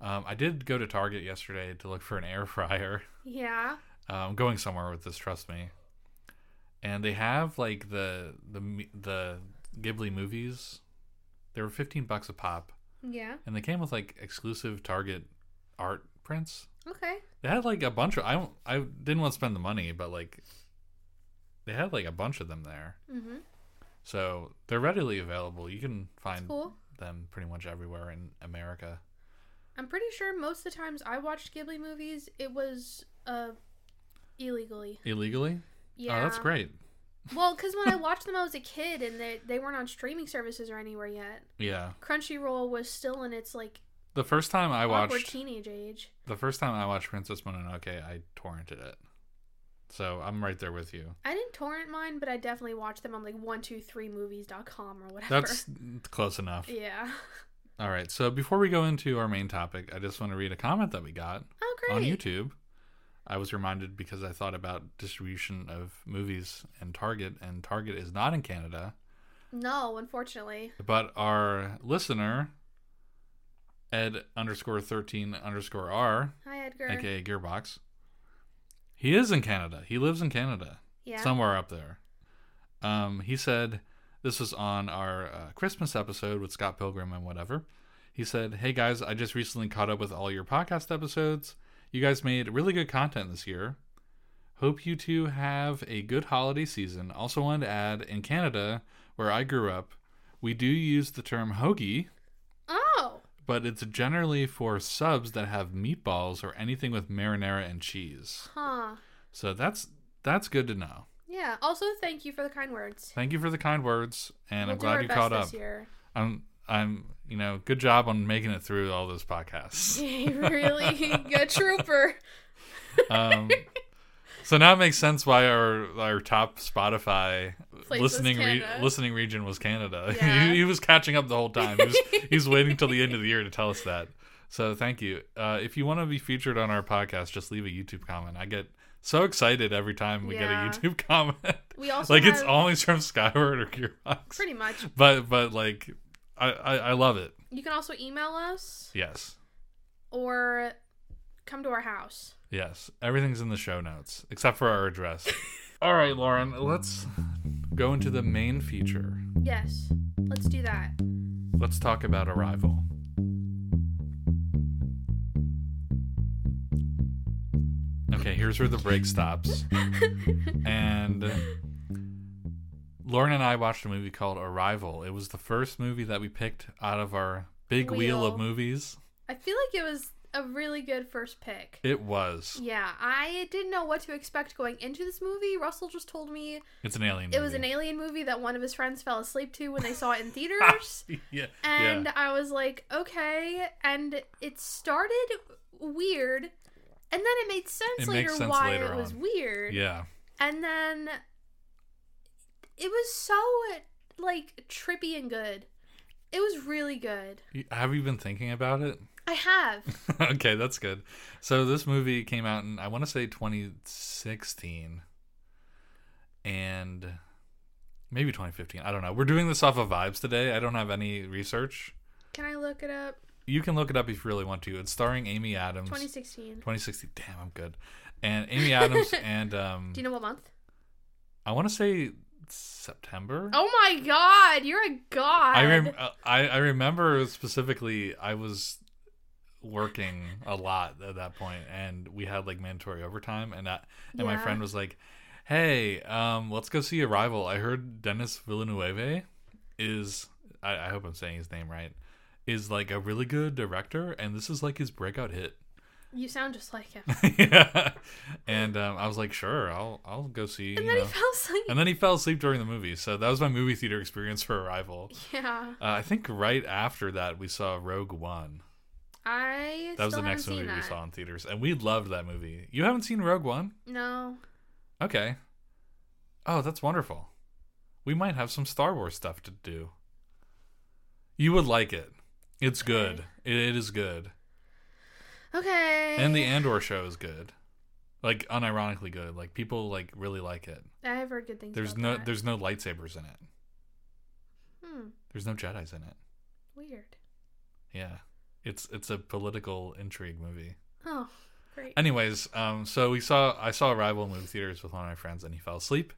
Speaker 1: Um, I did go to Target yesterday to look for an air <laughs> fryer.
Speaker 2: Yeah.
Speaker 1: Uh, I'm going somewhere with this, trust me. And they have like the the m- the Ghibli movies. They were 15 bucks a pop,
Speaker 2: Yeah.
Speaker 1: and they came with like exclusive Target art prints.
Speaker 2: Okay.
Speaker 1: They had like a bunch of I don't I didn't want to spend the money, but like they had like a bunch of them there.
Speaker 2: Mm-hmm.
Speaker 1: So they're readily available. You can
Speaker 2: That's
Speaker 1: find
Speaker 2: cool.
Speaker 1: them pretty much everywhere in America.
Speaker 2: I'm pretty sure most of the times I watched Ghibli movies, it was uh illegally.
Speaker 1: Illegally?
Speaker 2: Yeah.
Speaker 1: Oh, that's great.
Speaker 2: Well, because
Speaker 1: <laughs>
Speaker 2: when I watched them, I was a kid, and they they weren't on streaming services or anywhere yet.
Speaker 1: Yeah.
Speaker 2: Crunchyroll was still in its like
Speaker 1: The first time I
Speaker 2: awkward
Speaker 1: watched
Speaker 2: teenage age.
Speaker 1: the first time I watched Princess Mononoke, I torrented it. So I'm right there with you.
Speaker 2: I didn't torrent mine, but I definitely watched them on like one two three movies.com or whatever.
Speaker 1: That's close enough.
Speaker 2: <laughs> yeah.
Speaker 1: <laughs> All right. So before we go into our main topic, I just want to read a comment that we got
Speaker 2: Oh great.
Speaker 1: on YouTube. I was reminded because I thought about distribution of movies and Target, and Target is not in Canada.
Speaker 2: No, unfortunately.
Speaker 1: But our listener, Ed underscore 13 underscore R,
Speaker 2: Hi Edgar.
Speaker 1: aka Gearbox, he is in Canada. He lives in Canada,
Speaker 2: Yeah.
Speaker 1: somewhere up there. Um, he said, This was on our uh, Christmas episode with Scott Pilgrim and whatever. He said, Hey guys, I just recently caught up with all your podcast episodes. You guys made really good content this year. Hope you two have a good holiday season. Also, wanted to add in Canada, where I grew up, we do use the term hoagie,
Speaker 2: oh.
Speaker 1: but it's generally for subs that have meatballs or anything with marinara and cheese.
Speaker 2: Huh.
Speaker 1: So that's that's good to know.
Speaker 2: Yeah. Also, thank you for the kind words.
Speaker 1: Thank you for the kind words, and
Speaker 2: We'll
Speaker 1: I'm
Speaker 2: do our
Speaker 1: glad you
Speaker 2: best
Speaker 1: caught
Speaker 2: this
Speaker 1: up.
Speaker 2: year. <laughs>
Speaker 1: I'm I'm you know good job on making it through all those podcasts. <laughs>
Speaker 2: <laughs> really good trooper.
Speaker 1: um, so now it makes sense why our our top Spotify
Speaker 2: Place was
Speaker 1: listening re-
Speaker 2: Canada.
Speaker 1: listening region was Canada. <laughs>
Speaker 2: Yeah.
Speaker 1: he, he was catching up the whole time. He was,
Speaker 2: <laughs>
Speaker 1: he was waiting till the end of the year to tell us that. So thank you. Uh, if you want to be featured on our podcast, just leave a YouTube comment. I get so excited every time we
Speaker 2: Yeah.
Speaker 1: get a YouTube <laughs> comment.
Speaker 2: We also
Speaker 1: like it's
Speaker 2: have-
Speaker 1: always from Skyward or Gearbox.
Speaker 2: Pretty much.
Speaker 1: But but like I, I I love it.
Speaker 2: You can also email us
Speaker 1: Yes.
Speaker 2: or come to our house.
Speaker 1: Yes, everything's in the show notes except for our address. <laughs> All right, Lauren, let's go into the main feature.
Speaker 2: Yes, let's do that.
Speaker 1: Let's talk about Arrival. Okay, here's where the break stops. and Lauren and I watched a movie called Arrival. It was the first movie that we picked out of our big wheel,
Speaker 2: Wheel.
Speaker 1: of movies.
Speaker 2: I feel like it was a really good first pick.
Speaker 1: It was.
Speaker 2: Yeah, I didn't know what to expect going into this movie. Russell just told me
Speaker 1: It's an alien
Speaker 2: it was an
Speaker 1: movie.
Speaker 2: alien movie that one of his friends fell asleep to when they
Speaker 1: <laughs>
Speaker 2: saw it in theaters.
Speaker 1: yeah.
Speaker 2: And
Speaker 1: yeah.
Speaker 2: I was like, okay. And it started weird, and then it made sense
Speaker 1: It
Speaker 2: later
Speaker 1: makes sense
Speaker 2: why
Speaker 1: later
Speaker 2: it was
Speaker 1: on.
Speaker 2: weird.
Speaker 1: Yeah.
Speaker 2: And then it was so like trippy and good. It was really good.
Speaker 1: Y- Have you been thinking about it? <laughs>
Speaker 2: I have.
Speaker 1: okay, that's good. So this movie came out in I want to say 2016 and maybe 2015. I don't know. We're doing this off of vibes today. I don't have any research.
Speaker 2: Can I look it up?
Speaker 1: You can look it up if you really want to. It's starring Amy Adams. Mm.
Speaker 2: 2016.
Speaker 1: 2016. Damn, I'm good. And Amy
Speaker 2: <laughs>
Speaker 1: Adams and um
Speaker 2: Do you know what month?
Speaker 1: I want to say September.
Speaker 2: Oh my god, you're a god.
Speaker 1: I, rem- uh, I I remember specifically I was working a lot at that point and we had like mandatory overtime and I, and my
Speaker 2: Yeah.
Speaker 1: friend was like, "Hey, um let's go see Arrival. I heard Dennis Villeneuve is I, I hope I'm saying his name right is like a really good director and this is like his breakout hit." <laughs>
Speaker 2: You sound just like him.
Speaker 1: yeah. And um, I was like, "Sure, I'll I'll go see."
Speaker 2: And
Speaker 1: you
Speaker 2: then
Speaker 1: know.
Speaker 2: he fell asleep.
Speaker 1: and then he fell asleep during the movie. So that was my movie theater experience for Arrival.
Speaker 2: Yeah.
Speaker 1: Uh, I think right after that we saw Rogue One.
Speaker 2: I
Speaker 1: That was
Speaker 2: still
Speaker 1: the next
Speaker 2: haven't
Speaker 1: movie
Speaker 2: seen
Speaker 1: we
Speaker 2: that.
Speaker 1: saw in theaters, and we loved that movie. You haven't seen Rogue One?
Speaker 2: No,
Speaker 1: Okay. Oh, that's wonderful. We might have some Star Wars stuff to do. You would like it. It's good. It, it is good.
Speaker 2: okay.
Speaker 1: And the Andor show is good. Like unironically good. Like people like really like it.
Speaker 2: I have heard good things.
Speaker 1: There's
Speaker 2: about
Speaker 1: no
Speaker 2: that.
Speaker 1: there's no lightsabers in it.
Speaker 2: hmm,
Speaker 1: There's no Jedi's in it.
Speaker 2: weird.
Speaker 1: Yeah. It's it's a political intrigue movie.
Speaker 2: Oh, great.
Speaker 1: Anyways, um, so we saw I saw Arrival in movie theaters with one of my friends, and he fell asleep.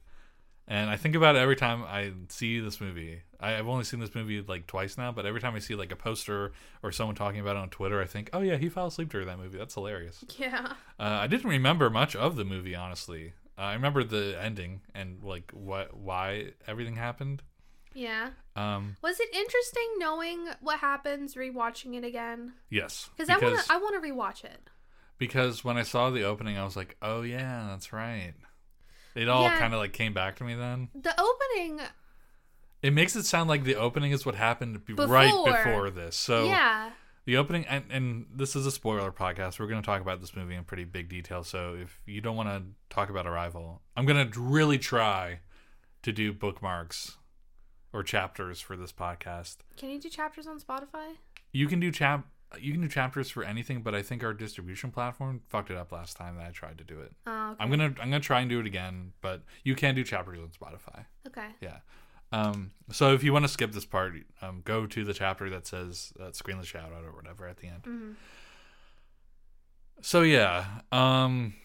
Speaker 1: And I think about it every time I see this movie. I, I've only seen this movie like twice now, but every time I see like a poster or someone talking about it on Twitter, I think, oh yeah, he fell asleep during that movie. That's hilarious.
Speaker 2: yeah.
Speaker 1: Uh, I didn't remember much of the movie, honestly. Uh, I remember the ending and like what why everything happened.
Speaker 2: Yeah.
Speaker 1: Um,
Speaker 2: Was it interesting knowing what happens rewatching it again?
Speaker 1: yes,
Speaker 2: Cuz I want to I want to rewatch it.
Speaker 1: because when I saw the opening, I was like, oh yeah, that's right. It all
Speaker 2: Yeah.
Speaker 1: kind of like came back to me then.
Speaker 2: The opening,
Speaker 1: It makes it sound like the opening is what happened be- right
Speaker 2: Before.
Speaker 1: before this. So
Speaker 2: yeah.
Speaker 1: the opening, and, and this is a spoiler podcast. We're going to talk about this movie in pretty big detail. So if you don't want to talk about Arrival, I'm going to really try to do bookmarks or chapters for this podcast.
Speaker 2: Can you do chapters on Spotify?
Speaker 1: You can do chap, you can do chapters for anything, but I think our distribution platform fucked it up last time that I tried to do it.
Speaker 2: Oh, okay.
Speaker 1: I'm gonna I'm gonna try and do it again, but you can do chapters on Spotify.
Speaker 2: okay.
Speaker 1: Yeah. Um, so if you want to skip this part, um, go to the chapter that says uh, screenless shout out or whatever at the end.
Speaker 2: Mhm.
Speaker 1: So yeah, um,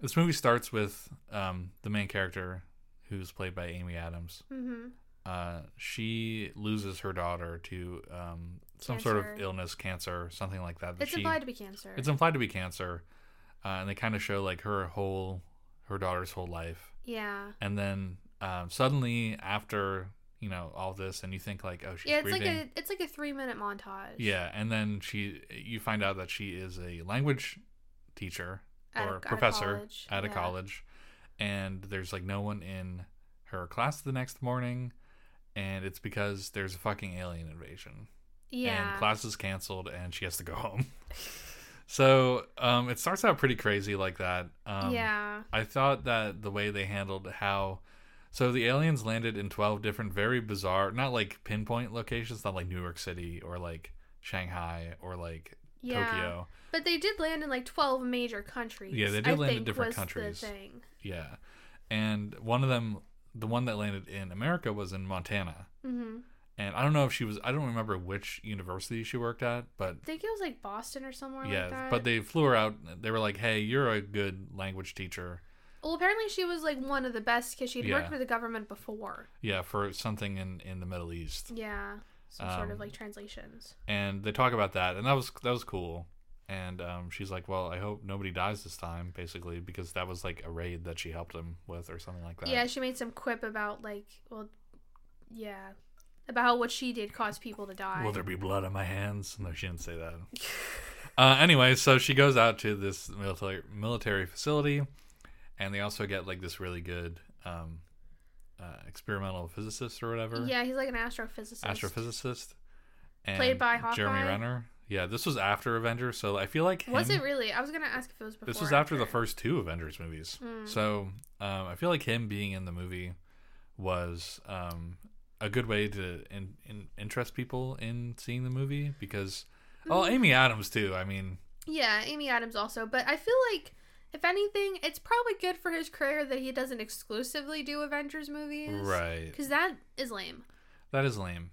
Speaker 1: this movie starts with um, the main character, who's played by Amy Adams.
Speaker 2: Mhm.
Speaker 1: Uh, she loses her daughter to um, some sort of
Speaker 2: Cancer.
Speaker 1: illness, cancer, something like that. that
Speaker 2: It's
Speaker 1: she-
Speaker 2: implied to be cancer.
Speaker 1: It's implied to be cancer, uh, and they kind of show like her whole, her daughter's whole life
Speaker 2: yeah.
Speaker 1: and then um, suddenly after you know all this and you think like oh she's
Speaker 2: Yeah, it's
Speaker 1: grieving
Speaker 2: like a it's like a 3-minute montage.
Speaker 1: yeah and then she you find out that she is a language teacher
Speaker 2: At a-
Speaker 1: or
Speaker 2: at a
Speaker 1: professor
Speaker 2: college,
Speaker 1: at a
Speaker 2: yeah.
Speaker 1: college and there's like no one in her class the next morning and it's because there's a fucking alien invasion
Speaker 2: Yeah.
Speaker 1: and class is canceled and she has to go <laughs> home so um, it starts out pretty crazy like that um,
Speaker 2: yeah.
Speaker 1: I thought that the way they handled how so the aliens landed in 12 different very bizarre not like pinpoint locations not like New York City or like Shanghai or like
Speaker 2: Yeah.
Speaker 1: Tokyo.
Speaker 2: But they did land in like 12 major countries.
Speaker 1: Yeah, they did
Speaker 2: I
Speaker 1: land in
Speaker 2: think
Speaker 1: different
Speaker 2: was
Speaker 1: countries.
Speaker 2: The thing.
Speaker 1: Yeah. And one of them the one that landed in America was in Montana.
Speaker 2: hmm
Speaker 1: And I don't know if she was I don't remember which university she worked at, but
Speaker 2: I think it was like Boston or somewhere
Speaker 1: yeah,
Speaker 2: like that.
Speaker 1: but they flew her out. They were like, "Hey, you're a good language teacher."
Speaker 2: Well, apparently she was like one of the best because she'd
Speaker 1: Yeah.
Speaker 2: worked for the government before.
Speaker 1: Yeah, for something in in the Middle East.
Speaker 2: Yeah. Some sort
Speaker 1: Um,
Speaker 2: of like translations.
Speaker 1: and they talk about that and that was that was cool and um, she's like well i hope nobody dies this time basically because that was like a raid that she helped him with or something like that
Speaker 2: Yeah, she made some quip about like, well, yeah, about how what she did caused people to die.
Speaker 1: will there be blood on my hands no she didn't say that <laughs> uh, anyway so she goes out to this military military facility and they also get like this really good um, uh, experimental physicist or whatever
Speaker 2: yeah, he's like an astrophysicist.
Speaker 1: astrophysicist and
Speaker 2: Played by
Speaker 1: jeremy
Speaker 2: Hawkeye.
Speaker 1: renner yeah this was after avengers so i feel like
Speaker 2: Was
Speaker 1: him-
Speaker 2: it really? I was gonna ask if it was before.
Speaker 1: Mm-hmm. This was
Speaker 2: or
Speaker 1: after the first two Avengers movies.
Speaker 2: Mm.
Speaker 1: So um, I feel like him being in the movie was um, a good way to in, in, interest people in seeing the movie because, oh,
Speaker 2: Mm-hmm.
Speaker 1: Amy Adams too. I mean,
Speaker 2: Yeah, Amy Adams also, but I feel like if anything, it's probably good for his career that he doesn't exclusively do Avengers movies,
Speaker 1: right.
Speaker 2: Because that is lame.
Speaker 1: That is lame.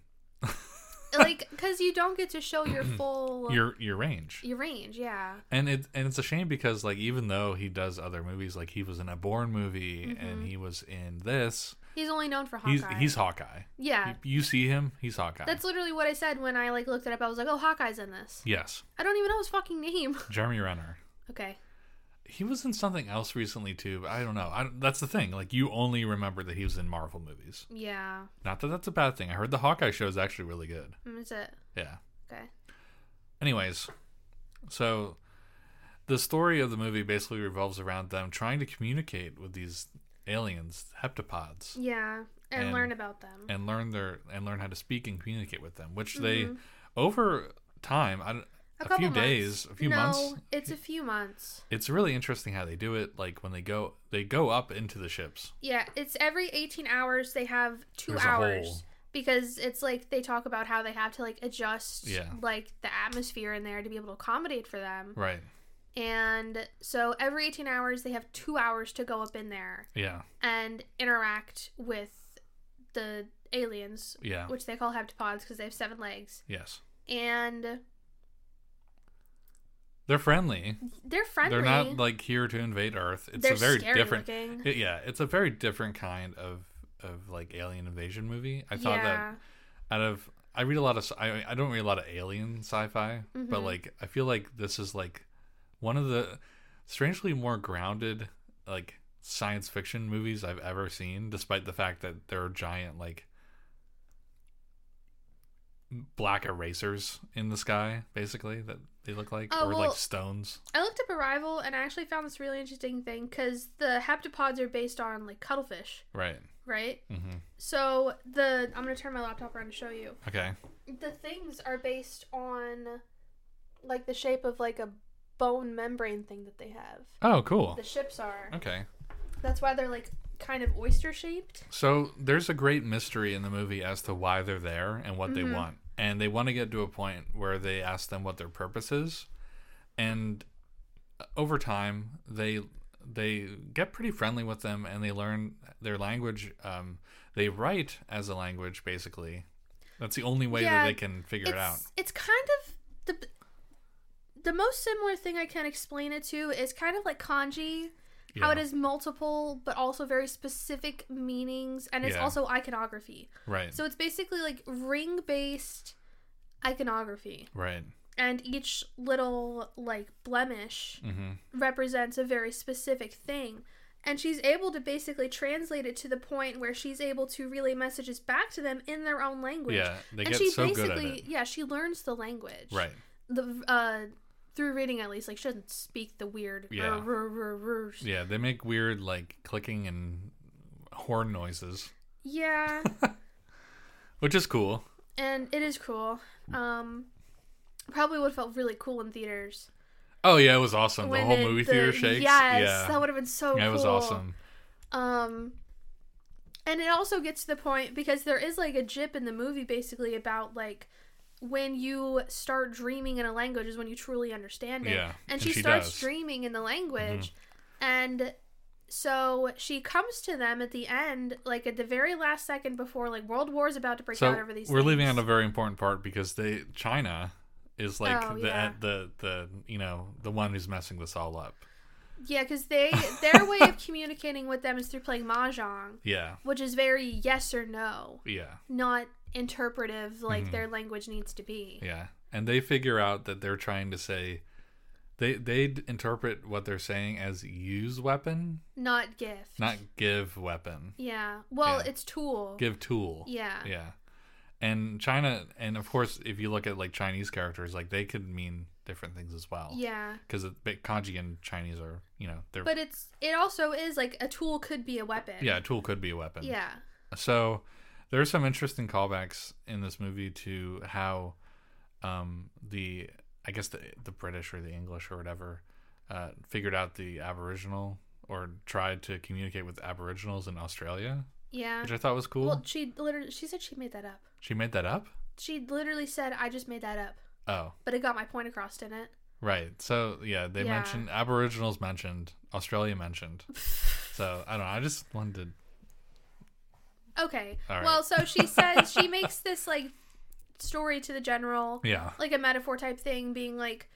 Speaker 2: like, because you don't get to
Speaker 1: <clears throat>
Speaker 2: show your full
Speaker 1: Your your range,
Speaker 2: your range. Yeah.
Speaker 1: and it and it's a shame because like even though he does other movies, like he was in a Bourne movie and he was in this,
Speaker 2: He's only known for Mm-hmm. Hawkeye.
Speaker 1: he's he's Hawkeye.
Speaker 2: yeah.
Speaker 1: You, you see him, he's Hawkeye.
Speaker 2: That's literally what I said when I like looked it up. I was like, "Oh, Hawkeye's in this."
Speaker 1: yes,
Speaker 2: I don't even know his fucking name. <laughs>
Speaker 1: Jeremy Renner.
Speaker 2: Okay.
Speaker 1: he was in something else recently too but i don't know I, don't- that's the thing like you only remember that he was in marvel movies
Speaker 2: Yeah.
Speaker 1: not that that's a bad thing i heard the hawkeye show is actually really good
Speaker 2: Mm, Is it?
Speaker 1: yeah
Speaker 2: Okay.
Speaker 1: anyways so the story of the movie basically revolves around them trying to communicate with these aliens heptapods
Speaker 2: Yeah. And,
Speaker 1: And-
Speaker 2: learn about them.
Speaker 1: and learn their and learn how to speak and communicate with them which they over time. I don't,
Speaker 2: Mm-hmm.
Speaker 1: a
Speaker 2: A couple
Speaker 1: few
Speaker 2: months.
Speaker 1: days, a few
Speaker 2: no,
Speaker 1: months.
Speaker 2: it's a few months.
Speaker 1: It's really interesting how they do it. Like when they go, they go up into the ships.
Speaker 2: Yeah, it's every 18 hours they have 2
Speaker 1: There's a
Speaker 2: hours
Speaker 1: hole.
Speaker 2: because it's like they talk about how they have to like adjust
Speaker 1: Yeah.
Speaker 2: like the atmosphere in there to be able to accommodate for them.
Speaker 1: Right.
Speaker 2: And so every 18 hours they have 2 hours to go up in there
Speaker 1: Yeah.
Speaker 2: and interact with the aliens,
Speaker 1: Yeah.
Speaker 2: which they call heptapods because they have seven legs.
Speaker 1: Yes.
Speaker 2: And
Speaker 1: They're friendly.
Speaker 2: they're friendly.
Speaker 1: They're not like here to invade Earth. It's
Speaker 2: They're
Speaker 1: a very
Speaker 2: scary
Speaker 1: different.
Speaker 2: looking.
Speaker 1: it- yeah, it's a very different kind of of like alien invasion movie. <laughs> I thought
Speaker 2: yeah.
Speaker 1: that out of I read a lot of sci- I I don't read a lot of alien sci-fi, but
Speaker 2: Mhm.
Speaker 1: like I feel like this is like one of the strangely more grounded like science fiction movies I've ever seen despite the fact that there are giant like black erasers in the sky basically that they look like
Speaker 2: Oh,
Speaker 1: or
Speaker 2: well,
Speaker 1: like stones.
Speaker 2: I looked up Arrival and I actually found this really interesting thing because the heptapods are based on like cuttlefish,
Speaker 1: Right.
Speaker 2: right?
Speaker 1: Mhm.
Speaker 2: So the I'm gonna turn my laptop around to show you.
Speaker 1: Okay.
Speaker 2: The things are based on like the shape of like a bone membrane thing that they have.
Speaker 1: Oh, Hmm. cool.
Speaker 2: The ships are.
Speaker 1: Okay.
Speaker 2: That's why they're like kind of oyster shaped.
Speaker 1: So there's a great mystery in the movie as to why they're there and what
Speaker 2: Mhm.
Speaker 1: they want. And they want to get to a point where they ask them what their purpose is. And uh, over time, they they get pretty friendly with them and they learn their language. Um, they write as a language, basically. That's the only way
Speaker 2: Yeah,
Speaker 1: that they can figure it out.
Speaker 2: It's it's kind of the the most similar thing I can explain it to is kind of like kanji. How
Speaker 1: Yeah.
Speaker 2: it has multiple but also very specific meanings, and it's
Speaker 1: Yeah.
Speaker 2: also iconography.
Speaker 1: Right.
Speaker 2: So it's basically like ring based iconography.
Speaker 1: right.
Speaker 2: And each little like blemish
Speaker 1: Mm-hmm.
Speaker 2: represents a very specific thing. And she's able to basically translate it to the point where she's able to relay messages back to them in their own language.
Speaker 1: Yeah. They
Speaker 2: and
Speaker 1: get
Speaker 2: she
Speaker 1: so good at
Speaker 2: basically,
Speaker 1: it.
Speaker 2: yeah, she learns the language.
Speaker 1: Right.
Speaker 2: The uh, through reading at least, like she doesn't speak the weird.
Speaker 1: Yeah.
Speaker 2: "rrr, rrr, rrr, rrr."
Speaker 1: Yeah. They make weird, like, clicking and horn noises.
Speaker 2: Yeah.
Speaker 1: which is cool.
Speaker 2: and it is cool. Um, probably would have felt really cool in theaters.
Speaker 1: Oh yeah, it was awesome. The
Speaker 2: when
Speaker 1: whole
Speaker 2: it-
Speaker 1: movie
Speaker 2: the-
Speaker 1: theater shakes.
Speaker 2: Yes,
Speaker 1: yeah,
Speaker 2: that would have been so cool.
Speaker 1: Yeah, it was awesome.
Speaker 2: Um, and it also gets to the point because there is like a jip in the movie basically about like when you start dreaming in a language is when you truly understand it.
Speaker 1: Yeah,
Speaker 2: and
Speaker 1: and
Speaker 2: she,
Speaker 1: she
Speaker 2: starts
Speaker 1: does. Mm-hmm.
Speaker 2: dreaming in the language, and so she comes to them at the end, like at the very last second before like World War is about to break
Speaker 1: So
Speaker 2: out over these.
Speaker 1: we're leaving
Speaker 2: things.
Speaker 1: out a very important part because they China is like
Speaker 2: Oh,
Speaker 1: the
Speaker 2: yeah.
Speaker 1: the the you know the one who's messing this all up.
Speaker 2: yeah, because they their way of communicating with them is through playing mahjong,
Speaker 1: Yeah,
Speaker 2: which is very yes or no.
Speaker 1: yeah,
Speaker 2: not interpretive like
Speaker 1: Mhm.
Speaker 2: their language needs to be.
Speaker 1: yeah. And they figure out that they're trying to say. They they interpret what they're saying as use weapon,
Speaker 2: Not gift.
Speaker 1: not give weapon.
Speaker 2: Yeah. Well,
Speaker 1: Yeah.
Speaker 2: it's tool.
Speaker 1: Give tool.
Speaker 2: Yeah.
Speaker 1: Yeah. And China and of course if you look at like Chinese characters like they could mean different things as well.
Speaker 2: Yeah.
Speaker 1: because kanji and Chinese are, you know, they're
Speaker 2: But it's it also is like a tool could be a weapon.
Speaker 1: yeah, a tool could be a weapon.
Speaker 2: Yeah.
Speaker 1: So there are some interesting callbacks in this movie to how um, the I guess the the British or the English or whatever uh, figured out the Aboriginal or tried to communicate with Aboriginals in Australia,
Speaker 2: Yeah.
Speaker 1: which I thought was cool.
Speaker 2: Well, she literally she said she made that up.
Speaker 1: she made that up.
Speaker 2: She literally said I just made that up,
Speaker 1: Oh,
Speaker 2: but it got my point across, didn't it?
Speaker 1: right. So yeah, they
Speaker 2: Yeah.
Speaker 1: mentioned Aboriginals mentioned Australia mentioned. so I don't know. I just wanted
Speaker 2: Okay.
Speaker 1: All right.
Speaker 2: Well, so she says she makes this like story to the general
Speaker 1: to yeah
Speaker 2: like a metaphor type thing being like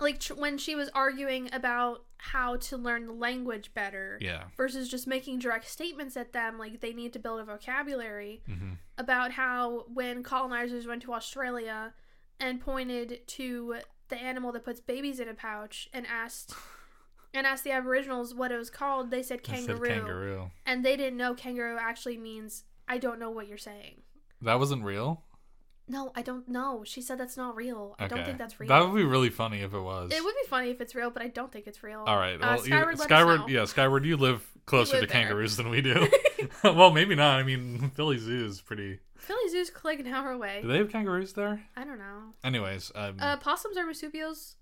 Speaker 2: like tr- when she was arguing about how to learn the language better
Speaker 1: yeah
Speaker 2: versus just making direct statements at them like they need to build a vocabulary
Speaker 1: hmm
Speaker 2: about how when colonizers went to australia and pointed to the animal that puts babies in a pouch and
Speaker 1: <sighs>
Speaker 2: asked and asked the aboriginals what it was called they said
Speaker 1: I
Speaker 2: kangaroo,
Speaker 1: Said kangaroo.
Speaker 2: and they didn't know kangaroo actually means i don't know what you're saying
Speaker 1: That wasn't real.
Speaker 2: no i don't know she said that's not real i don't think that's real
Speaker 1: That would be really funny if it was.
Speaker 2: It would be funny if it's real, but I don't think it's real.
Speaker 1: All right.
Speaker 2: Uh,
Speaker 1: Well,
Speaker 2: Skyward,
Speaker 1: you,
Speaker 2: let us
Speaker 1: Skyward
Speaker 2: know.
Speaker 1: yeah, Skyward, you live closer
Speaker 2: live
Speaker 1: to
Speaker 2: there.
Speaker 1: kangaroos than we
Speaker 2: <laughs>
Speaker 1: do. <laughs> well, maybe not. I mean, Philly Zoo is pretty.
Speaker 2: Philly Zoo's like an hour away.
Speaker 1: Do they have kangaroos there?
Speaker 2: I don't know.
Speaker 1: Anyways, um,
Speaker 2: Uh, possums are marsupials.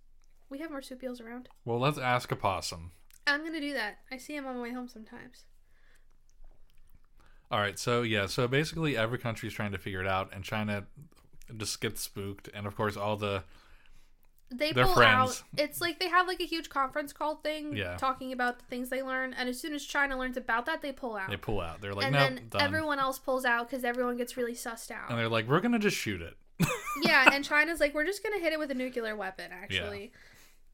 Speaker 2: We have marsupials around.
Speaker 1: well, let's ask a possum.
Speaker 2: I'm gonna do that. I see them on my way home sometimes.
Speaker 1: All right, so yeah, so basically every country's trying to figure it out, and China just gets spooked, and of course all the
Speaker 2: They
Speaker 1: They're
Speaker 2: pull
Speaker 1: friends.
Speaker 2: out. It's like they have like a huge conference call thing,
Speaker 1: Yeah.
Speaker 2: talking about the things they learn. And as soon as China learns about that, they pull out.
Speaker 1: they pull out. They're like,
Speaker 2: and
Speaker 1: no,
Speaker 2: then
Speaker 1: done.
Speaker 2: everyone else pulls out because everyone gets really sussed out.
Speaker 1: and <laughs> they're like, we're gonna just shoot it.
Speaker 2: yeah, and China's like, we're just gonna hit it with a nuclear weapon, actually,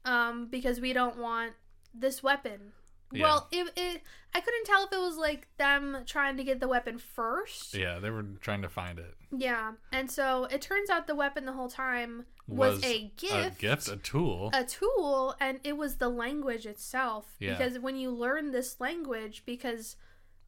Speaker 2: um, because we don't want this weapon.
Speaker 1: Yeah.
Speaker 2: Well, it, it I couldn't tell if it was like them trying to get the weapon first.
Speaker 1: Yeah, they were trying to find it.
Speaker 2: Yeah, and so it turns out the weapon the whole time was,
Speaker 1: Was
Speaker 2: a gift,
Speaker 1: A gift, a tool.
Speaker 2: a tool, and it was the language itself.
Speaker 1: Yeah.
Speaker 2: Because when you learn this language, because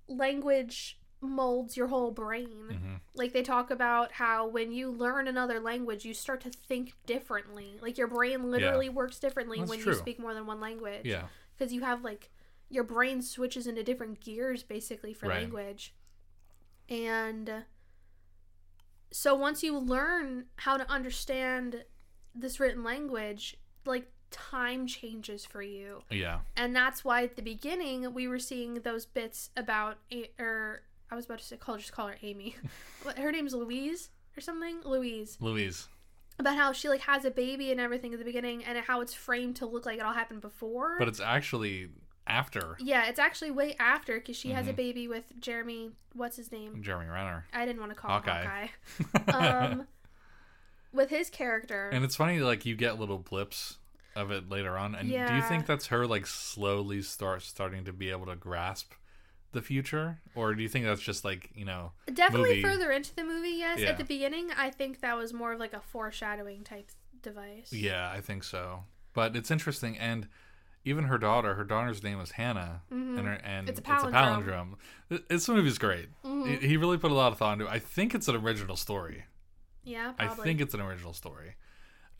Speaker 2: language molds your whole brain. <laughs>
Speaker 1: hmm
Speaker 2: Like they talk about how when you learn another language, you start to think differently. Like your brain literally works differently
Speaker 1: That's
Speaker 2: when
Speaker 1: true.
Speaker 2: you speak more than one language.
Speaker 1: Yeah,
Speaker 2: Because you have like your brain switches into different gears basically for
Speaker 1: Right.
Speaker 2: language. And uh, so once you learn how to understand this written language, like time changes for you
Speaker 1: yeah,
Speaker 2: and that's why at the beginning we were seeing those bits about A- or I was about to say call just call her Amy. <laughs> What- her name's Louise or something. Louise
Speaker 1: Louise.
Speaker 2: about how she like has a baby and everything at the beginning and how it's framed to look like it all happened before.
Speaker 1: But it's actually after
Speaker 2: yeah, it's actually way after because she
Speaker 1: Mm-hmm.
Speaker 2: has a baby with Jeremy. What's his name?
Speaker 1: Jeremy Renner.
Speaker 2: I didn't want to call
Speaker 1: Mm. Hawkeye.
Speaker 2: him
Speaker 1: <laughs>
Speaker 2: Hawkeye. Um, with his character.
Speaker 1: and it's funny, like you get little blips of it later on. And do you
Speaker 2: Yeah.
Speaker 1: think that's her like slowly start starting to be able to grasp the future, or do you think that's just like you know?
Speaker 2: Definitely
Speaker 1: movie.
Speaker 2: further into the movie, yes.
Speaker 1: Yeah.
Speaker 2: At the beginning, I think that was more of like a foreshadowing type device.
Speaker 1: Yeah, I think so. But it's interesting, and even her daughter, her daughter's name is Hannah,
Speaker 2: Mhm.
Speaker 1: and, her, and
Speaker 2: It's a
Speaker 1: palindrome. Th- This movie's great.
Speaker 2: Mhm.
Speaker 1: He- He really put a lot of thought into it. I think it's an original story.
Speaker 2: Yeah, probably.
Speaker 1: I think it's an original story.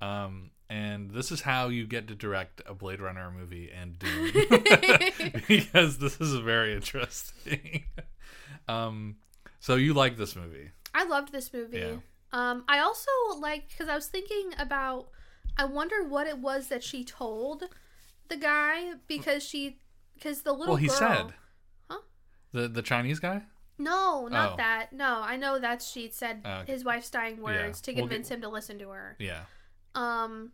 Speaker 1: Um, and this is how you get to direct a Blade Runner movie and
Speaker 2: <laughs>
Speaker 1: Dune, <laughs> because this is very interesting. <laughs> um, so you like this movie?
Speaker 2: I loved this movie.
Speaker 1: Yeah.
Speaker 2: Um, I also like because I was thinking about. I wonder what it was that she told the guy because she because the little
Speaker 1: well, he
Speaker 2: girl.
Speaker 1: said.
Speaker 2: Huh?
Speaker 1: The the Chinese guy.
Speaker 2: No, not
Speaker 1: Oh.
Speaker 2: that. No, I know that she said
Speaker 1: Oh, okay.
Speaker 2: his wife's dying words to
Speaker 1: We'll get-
Speaker 2: convince him to listen to her.
Speaker 1: Yeah.
Speaker 2: Um,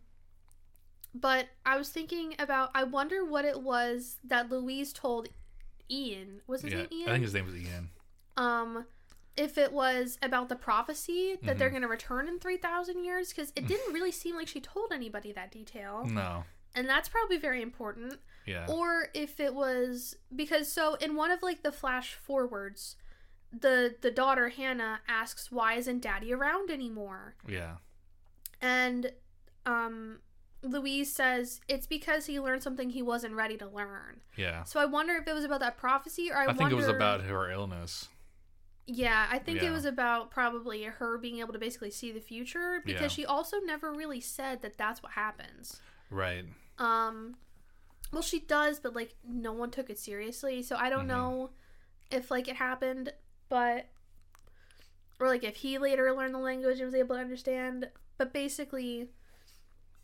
Speaker 2: but I was thinking about. I wonder what it was that Louise told Ian. Was his
Speaker 1: yeah.
Speaker 2: name Ian?
Speaker 1: I think his name was Ian.
Speaker 2: um if it was about the prophecy that
Speaker 1: Mm-hmm.
Speaker 2: they're going to return in 3000 years because
Speaker 1: Mm.
Speaker 2: it didn't really seem like she told anybody that detail
Speaker 1: No.
Speaker 2: and that's probably very important
Speaker 1: Yeah.
Speaker 2: or if it was because so in one of like the flash forwards the the daughter hannah asks why isn't daddy around anymore
Speaker 1: Yeah.
Speaker 2: and um louise says it's because he learned something he wasn't ready to learn
Speaker 1: Yeah.
Speaker 2: so i wonder if it was about that prophecy or i,
Speaker 1: I, think it was
Speaker 2: wonder-
Speaker 1: about her illness.
Speaker 2: Yeah, I think
Speaker 1: Yeah.
Speaker 2: it was about probably her being able to basically see the future because
Speaker 1: Yeah.
Speaker 2: she also never really said that that's what happens.
Speaker 1: Right.
Speaker 2: Um well she does but like no one took it seriously, so I don't
Speaker 1: Mhm.
Speaker 2: know if like it happened, but or like if he later learned the language and was able to understand, but basically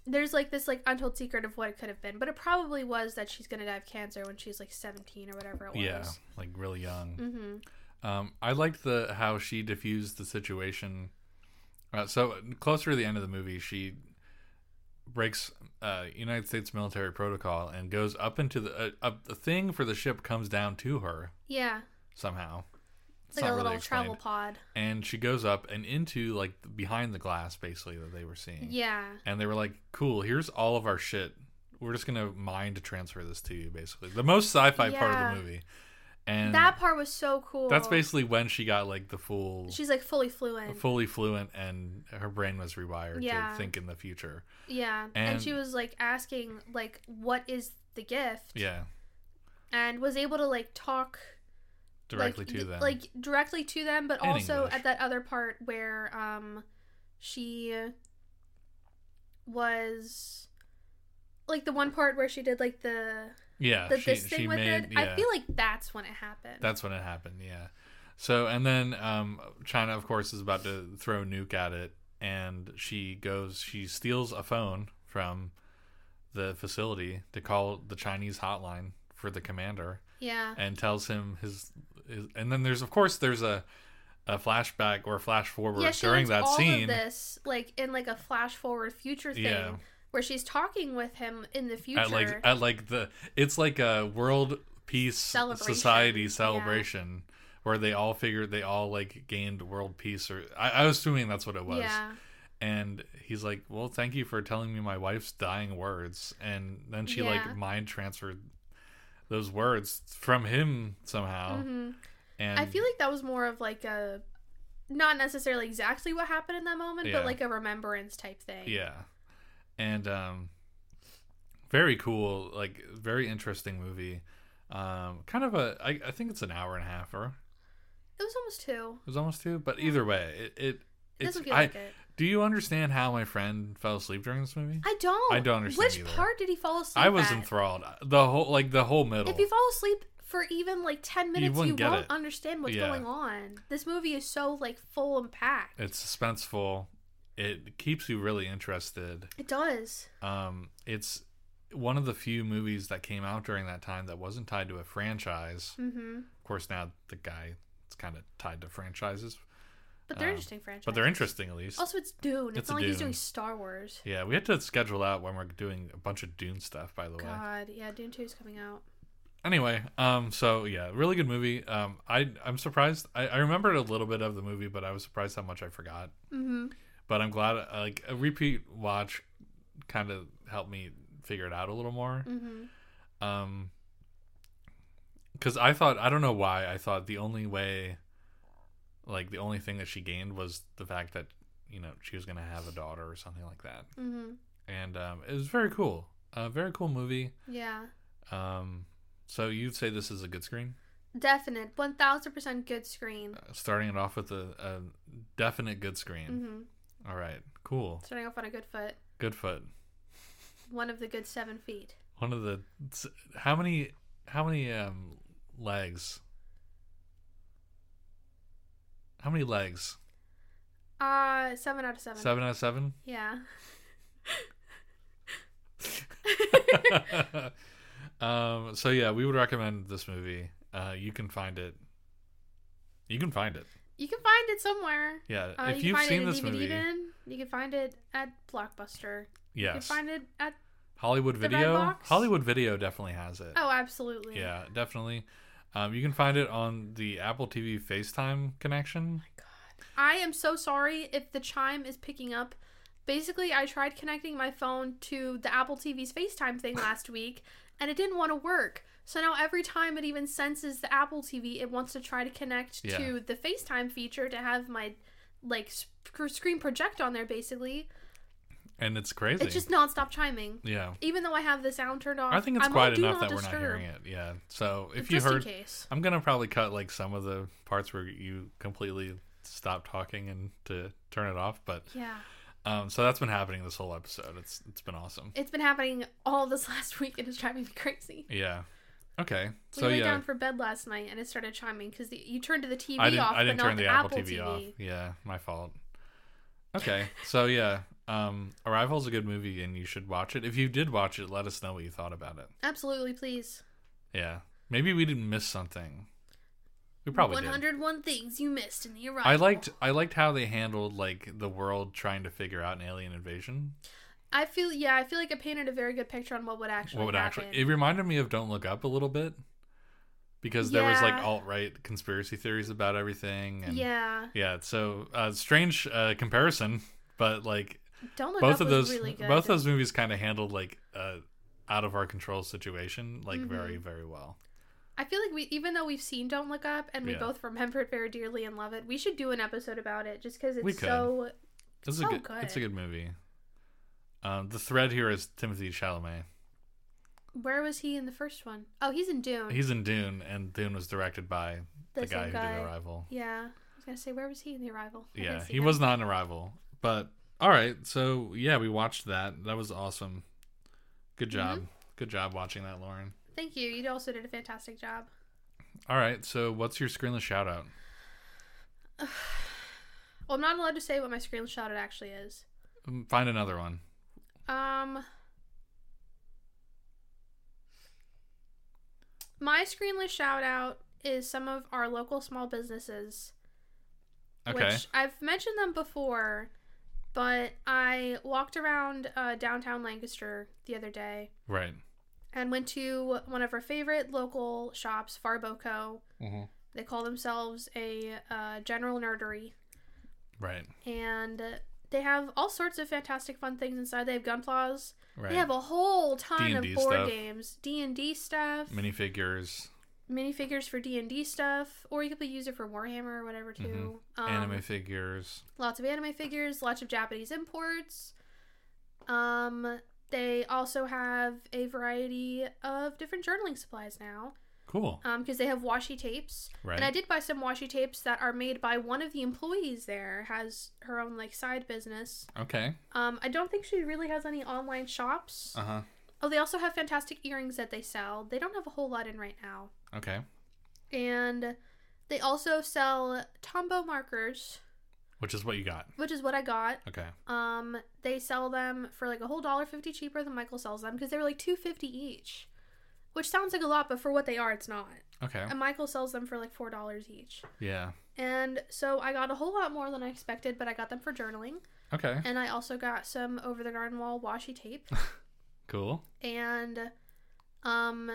Speaker 2: there's like this like untold secret of what it could have been, but it probably was that she's going to die of cancer when she's like 17 or whatever it was.
Speaker 1: Yeah. Like really young.
Speaker 2: Mhm.
Speaker 1: Um, I liked the how she diffused the situation. Uh, so closer to the end of the movie, she breaks uh, United States military protocol and goes up into the uh, up the thing for the ship comes down to her
Speaker 2: Yeah.
Speaker 1: somehow.
Speaker 2: It's like a
Speaker 1: not really
Speaker 2: little
Speaker 1: explained.
Speaker 2: travel pod.
Speaker 1: And she goes up and into like behind the glass basically that they were seeing.
Speaker 2: Yeah.
Speaker 1: and they were like, "Cool, here's all of our shit. We're just gonna mind transfer this to you, basically." The most sci-fi part
Speaker 2: Yeah.
Speaker 1: of the movie, and
Speaker 2: that part was so cool.
Speaker 1: that's basically when she got like the full,
Speaker 2: She's like fully fluent.
Speaker 1: fully fluent, and her brain was rewired
Speaker 2: Yeah.
Speaker 1: to think in the future.
Speaker 2: yeah. And,
Speaker 1: and-
Speaker 2: she was like asking like what is the gift?
Speaker 1: Yeah,
Speaker 2: And was able to like talk
Speaker 1: directly to
Speaker 2: like, th-
Speaker 1: them.
Speaker 2: Like directly to them, but
Speaker 1: In
Speaker 2: also
Speaker 1: English.
Speaker 2: at that other part where um she was like the one part where she did like the
Speaker 1: Yeah,
Speaker 2: that
Speaker 1: Uh, she,
Speaker 2: this thing
Speaker 1: she
Speaker 2: with
Speaker 1: made.
Speaker 2: it.
Speaker 1: Yeah,
Speaker 2: I feel like that's when it happened.
Speaker 1: that's when it happened. Yeah. So and then um, China, of course, is about to throw nuke at it, and she goes. She steals a phone from the facility to call the Chinese hotline for the commander,
Speaker 2: yeah.
Speaker 1: and tells him his. his and then there's of course there's a a flashback or flash forward
Speaker 2: yeah, she
Speaker 1: during
Speaker 2: does
Speaker 1: that
Speaker 2: all
Speaker 1: scene.
Speaker 2: Of this like in like a flash forward future thing
Speaker 1: Yeah.
Speaker 2: where she's talking with him in the future.
Speaker 1: at like at like the it's like a world peace
Speaker 2: Celebration,
Speaker 1: society
Speaker 2: yeah.
Speaker 1: celebration where they all figured they all like gained world peace or I, I was assuming that's what it was
Speaker 2: Yeah.
Speaker 1: and he's like well thank you for telling me my wife's dying words and then she
Speaker 2: Yeah.
Speaker 1: like mind transferred those words from him somehow
Speaker 2: hmm
Speaker 1: and
Speaker 2: I feel like that was more of like a not necessarily exactly what happened in that moment,
Speaker 1: Yeah.
Speaker 2: but like a remembrance type thing.
Speaker 1: yeah and um very cool like very interesting movie um kind of a I, I think it's an hour and a half or
Speaker 2: It was almost two.
Speaker 1: It was almost two, but either way, it, it
Speaker 2: It
Speaker 1: it's.
Speaker 2: doesn't feel
Speaker 1: I,
Speaker 2: like it.
Speaker 1: Do you understand how my friend fell asleep during this movie?
Speaker 2: I don't.
Speaker 1: I don't understand
Speaker 2: Which
Speaker 1: either.
Speaker 2: part did he fall asleep?
Speaker 1: I, was
Speaker 2: at?
Speaker 1: enthralled. The whole like the whole middle.
Speaker 2: If you fall asleep for even like ten minutes, you,
Speaker 1: wouldn't get
Speaker 2: won't
Speaker 1: it.
Speaker 2: understand what's
Speaker 1: Yeah.
Speaker 2: going on. This movie is so like full and packed.
Speaker 1: it's suspenseful. It keeps you really interested.
Speaker 2: It does.
Speaker 1: Um, it's one of the few movies that came out during that time that wasn't tied to a franchise.
Speaker 2: Mm-hmm.
Speaker 1: Of course, now the guy it's kind of tied to franchises,
Speaker 2: But they're
Speaker 1: Um,
Speaker 2: interesting franchises.
Speaker 1: but they're interesting at least.
Speaker 2: Also, it's Dune. It's,
Speaker 1: It's a
Speaker 2: not like he's
Speaker 1: Dune.
Speaker 2: doing Star Wars.
Speaker 1: yeah, we had to schedule out when we're doing a bunch of Dune stuff. By the way,
Speaker 2: God, yeah, Dune Two is coming out.
Speaker 1: anyway um so yeah really good movie um i i'm surprised I, I remembered a little bit of the movie but i was surprised how much i forgot
Speaker 2: Mm-hmm.
Speaker 1: but i'm glad uh, like a repeat watch kind of helped me figure it out a little more
Speaker 2: Mm-hmm.
Speaker 1: um because i thought i don't know why i thought the only way like the only thing that she gained was the fact that you know she was gonna have a daughter or something like that
Speaker 2: Mm-hmm.
Speaker 1: and um it was very cool a very cool movie
Speaker 2: Yeah,
Speaker 1: um so you'd say this is a good screen
Speaker 2: definite, one thousand percent good screen.
Speaker 1: starting it off with a, a definite good screen.
Speaker 2: Mm-hmm.
Speaker 1: All right, cool.
Speaker 2: Starting off on a good foot,
Speaker 1: Good foot.
Speaker 2: one of the good seven feet.
Speaker 1: One of the how many how many um legs? How many legs?
Speaker 2: Uh, seven out of seven.
Speaker 1: Seven out of seven.
Speaker 2: Yeah.
Speaker 1: <laughs>
Speaker 2: <laughs>
Speaker 1: um. So yeah, we would recommend this movie. Uh, you can find it. You can find it.
Speaker 2: You can find it somewhere.
Speaker 1: Yeah.
Speaker 2: Uh,
Speaker 1: if
Speaker 2: you
Speaker 1: you've
Speaker 2: can find
Speaker 1: seen
Speaker 2: it in
Speaker 1: this
Speaker 2: DVD
Speaker 1: movie,
Speaker 2: bin. You can find it at Blockbuster. You can
Speaker 1: yes,
Speaker 2: find it at
Speaker 1: Hollywood
Speaker 2: the
Speaker 1: Video.
Speaker 2: Redbox?
Speaker 1: Hollywood Video definitely has it.
Speaker 2: oh, absolutely.
Speaker 1: Yeah, definitely. Um, you can find it on the Apple TV FaceTime connection.
Speaker 2: I am so sorry if the chime is picking up. Basically, I tried connecting my phone to the Apple TV's
Speaker 1: <laughs>
Speaker 2: FaceTime thing last week, and it didn't want to work. So now every time it even senses the Apple TV, it wants to try to connect
Speaker 1: Yeah.
Speaker 2: to the FaceTime feature to have my like sc- screen project on there. Basically,
Speaker 1: And it's crazy.
Speaker 2: it's just nonstop chiming.
Speaker 1: yeah.
Speaker 2: Even though I have the sound turned off,
Speaker 1: I think it's
Speaker 2: I'm on
Speaker 1: quiet
Speaker 2: Do
Speaker 1: enough
Speaker 2: Not
Speaker 1: that we're not
Speaker 2: Disturb,
Speaker 1: hearing it. Yeah. So if you
Speaker 2: just
Speaker 1: heard,
Speaker 2: in case.
Speaker 1: I'm gonna probably cut like some of the parts where you completely stop talking and to turn it off. But
Speaker 2: Yeah,
Speaker 1: um, so that's been happening this whole episode. It's it's been awesome.
Speaker 2: it's been happening all this <laughs> last week, and it's driving me crazy.
Speaker 1: Yeah. Okay.
Speaker 2: We
Speaker 1: So
Speaker 2: lay
Speaker 1: yeah,
Speaker 2: down for bed last night and it started chiming because you turned the TV
Speaker 1: I didn't
Speaker 2: off,
Speaker 1: I didn't
Speaker 2: but
Speaker 1: turn
Speaker 2: not the,
Speaker 1: the
Speaker 2: Apple
Speaker 1: TV,
Speaker 2: TV.
Speaker 1: off. Yeah, my fault. Okay. so yeah, um, Arrival's a good movie and you should watch it. If you did watch it, let us know what you thought about it.
Speaker 2: Absolutely, please.
Speaker 1: Yeah. Maybe we didn't miss something. We probably did.
Speaker 2: 101 things you missed in the arrival.
Speaker 1: I liked I liked how they handled like the world trying to figure out an alien invasion.
Speaker 2: I feel yeah. I feel like it painted a very good picture on what would actually
Speaker 1: what would
Speaker 2: happen.
Speaker 1: actually it reminded me of Don't Look Up a little bit. Because there was like
Speaker 2: Yeah.
Speaker 1: alt right conspiracy theories about everything and
Speaker 2: yeah,
Speaker 1: yeah, so uh strange uh comparison, but like
Speaker 2: don't look
Speaker 1: both
Speaker 2: up
Speaker 1: of those
Speaker 2: was really good.
Speaker 1: both those movies kind of handled like uh out of our control situation like
Speaker 2: Mhm.
Speaker 1: very very well.
Speaker 2: I feel like we even though we've seen Don't Look Up and we
Speaker 1: Yeah.
Speaker 2: both remember it very dearly and love it, we should do an episode about it just because
Speaker 1: We
Speaker 2: it's
Speaker 1: could.
Speaker 2: so
Speaker 1: It's
Speaker 2: so
Speaker 1: a good, it's a good movie. Um, the thread here is Timothy Chalamet.
Speaker 2: Where was he in the first one? Oh, he's in Dune.
Speaker 1: He's in Dune, and Dune was directed by the,
Speaker 2: The same
Speaker 1: guy who
Speaker 2: guy.
Speaker 1: did Arrival.
Speaker 2: Yeah, I was gonna say where was he in the arrival? I
Speaker 1: yeah,
Speaker 2: didn't see
Speaker 1: he
Speaker 2: him.
Speaker 1: was not in Arrival, but all right.
Speaker 2: Mm-hmm.
Speaker 1: So yeah, we watched that. That was awesome. Good job, good job watching that, Lauren.
Speaker 2: Thank you. You also did a fantastic job.
Speaker 1: All right. So, what's your screenless shout out?
Speaker 2: <sighs> Well, I'm not allowed to say what my screen shot it actually is.
Speaker 1: Mm, Find another one.
Speaker 2: Um, my screenless shout out is some of our local small businesses,
Speaker 1: Okay.
Speaker 2: which I've mentioned them before, but I walked around uh, downtown Lancaster the other day
Speaker 1: Right.
Speaker 2: and went to one of our favorite local shops, Farboco.
Speaker 1: Mm-hmm.
Speaker 2: They call themselves a uh, general nerdery.
Speaker 1: Right.
Speaker 2: and they have all sorts of fantastic fun things inside. They have gunplas.
Speaker 1: Right.
Speaker 2: They have a whole ton
Speaker 1: D&D
Speaker 2: of board
Speaker 1: stuff.
Speaker 2: games, D and D stuff,
Speaker 1: Minifigures,
Speaker 2: minifigures for D and D stuff, or you could use it for Warhammer or whatever too. Um,
Speaker 1: Mm-hmm. anime figures.
Speaker 2: lots of anime figures, lots of Japanese imports. Um, they also have a variety of different journaling supplies now,
Speaker 1: Cool.
Speaker 2: um, because they have washi tapes.
Speaker 1: Right.
Speaker 2: And I did buy some washi tapes that are made by one of the employees there, has her own like side business.
Speaker 1: okay.
Speaker 2: Um, I don't think she really has any online shops.
Speaker 1: Uh huh.
Speaker 2: Oh, they also have fantastic earrings that they sell. They don't have a whole lot in right now.
Speaker 1: Okay.
Speaker 2: And they also sell Tombow markers,
Speaker 1: Which is what you got.
Speaker 2: which is what I got.
Speaker 1: Okay.
Speaker 2: Um, they sell them for like a whole dollar fifty cheaper than Michael sells them because they were like two fifty each, which sounds like a lot, but for what they are, it's not.
Speaker 1: Okay.
Speaker 2: And Michael sells them for like four dollars each.
Speaker 1: yeah.
Speaker 2: And so I got a whole lot more than I expected, but I got them for journaling.
Speaker 1: Okay.
Speaker 2: And I also got some over the garden wall washi tape.
Speaker 1: Cool.
Speaker 2: and um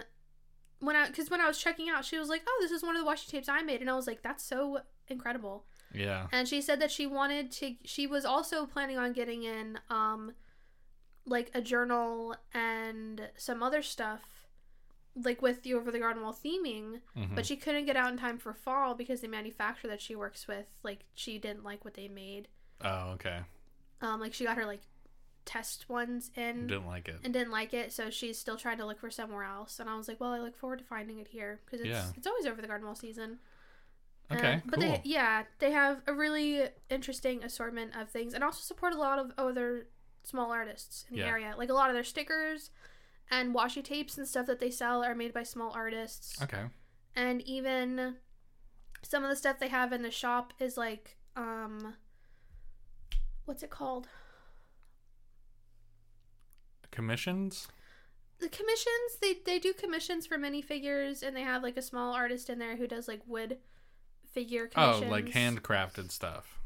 Speaker 2: when i because when i was checking out she was like oh this is one of the washi tapes i made and i was like that's so incredible
Speaker 1: Yeah.
Speaker 2: and she said that she wanted to she was also planning on getting in um like a journal and some other stuff like with the over the garden wall theming
Speaker 1: hmm
Speaker 2: but she couldn't get out in time for fall because the manufacturer that she works with like she didn't like what they made
Speaker 1: oh, okay.
Speaker 2: um like she got her like test ones in
Speaker 1: Didn't like it.
Speaker 2: and didn't like it, so she's still trying to look for somewhere else. And I was like, well, I look forward to finding it here because it's
Speaker 1: Yeah.
Speaker 2: it's always over the garden wall season. Uh,
Speaker 1: Okay.
Speaker 2: but
Speaker 1: cool.
Speaker 2: they yeah they have a really interesting assortment of things, and also support a lot of other small artists in the
Speaker 1: Yeah.
Speaker 2: area. Like a lot of their stickers and washi tapes and stuff that they sell are made by small artists,
Speaker 1: okay.
Speaker 2: and even some of the stuff they have in the shop is like um, what's it called?
Speaker 1: Commissions.
Speaker 2: the commissions they they do commissions for minifigures and they have like a small artist in there who does like wood figure
Speaker 1: Oh,
Speaker 2: commissions.
Speaker 1: like handcrafted stuff.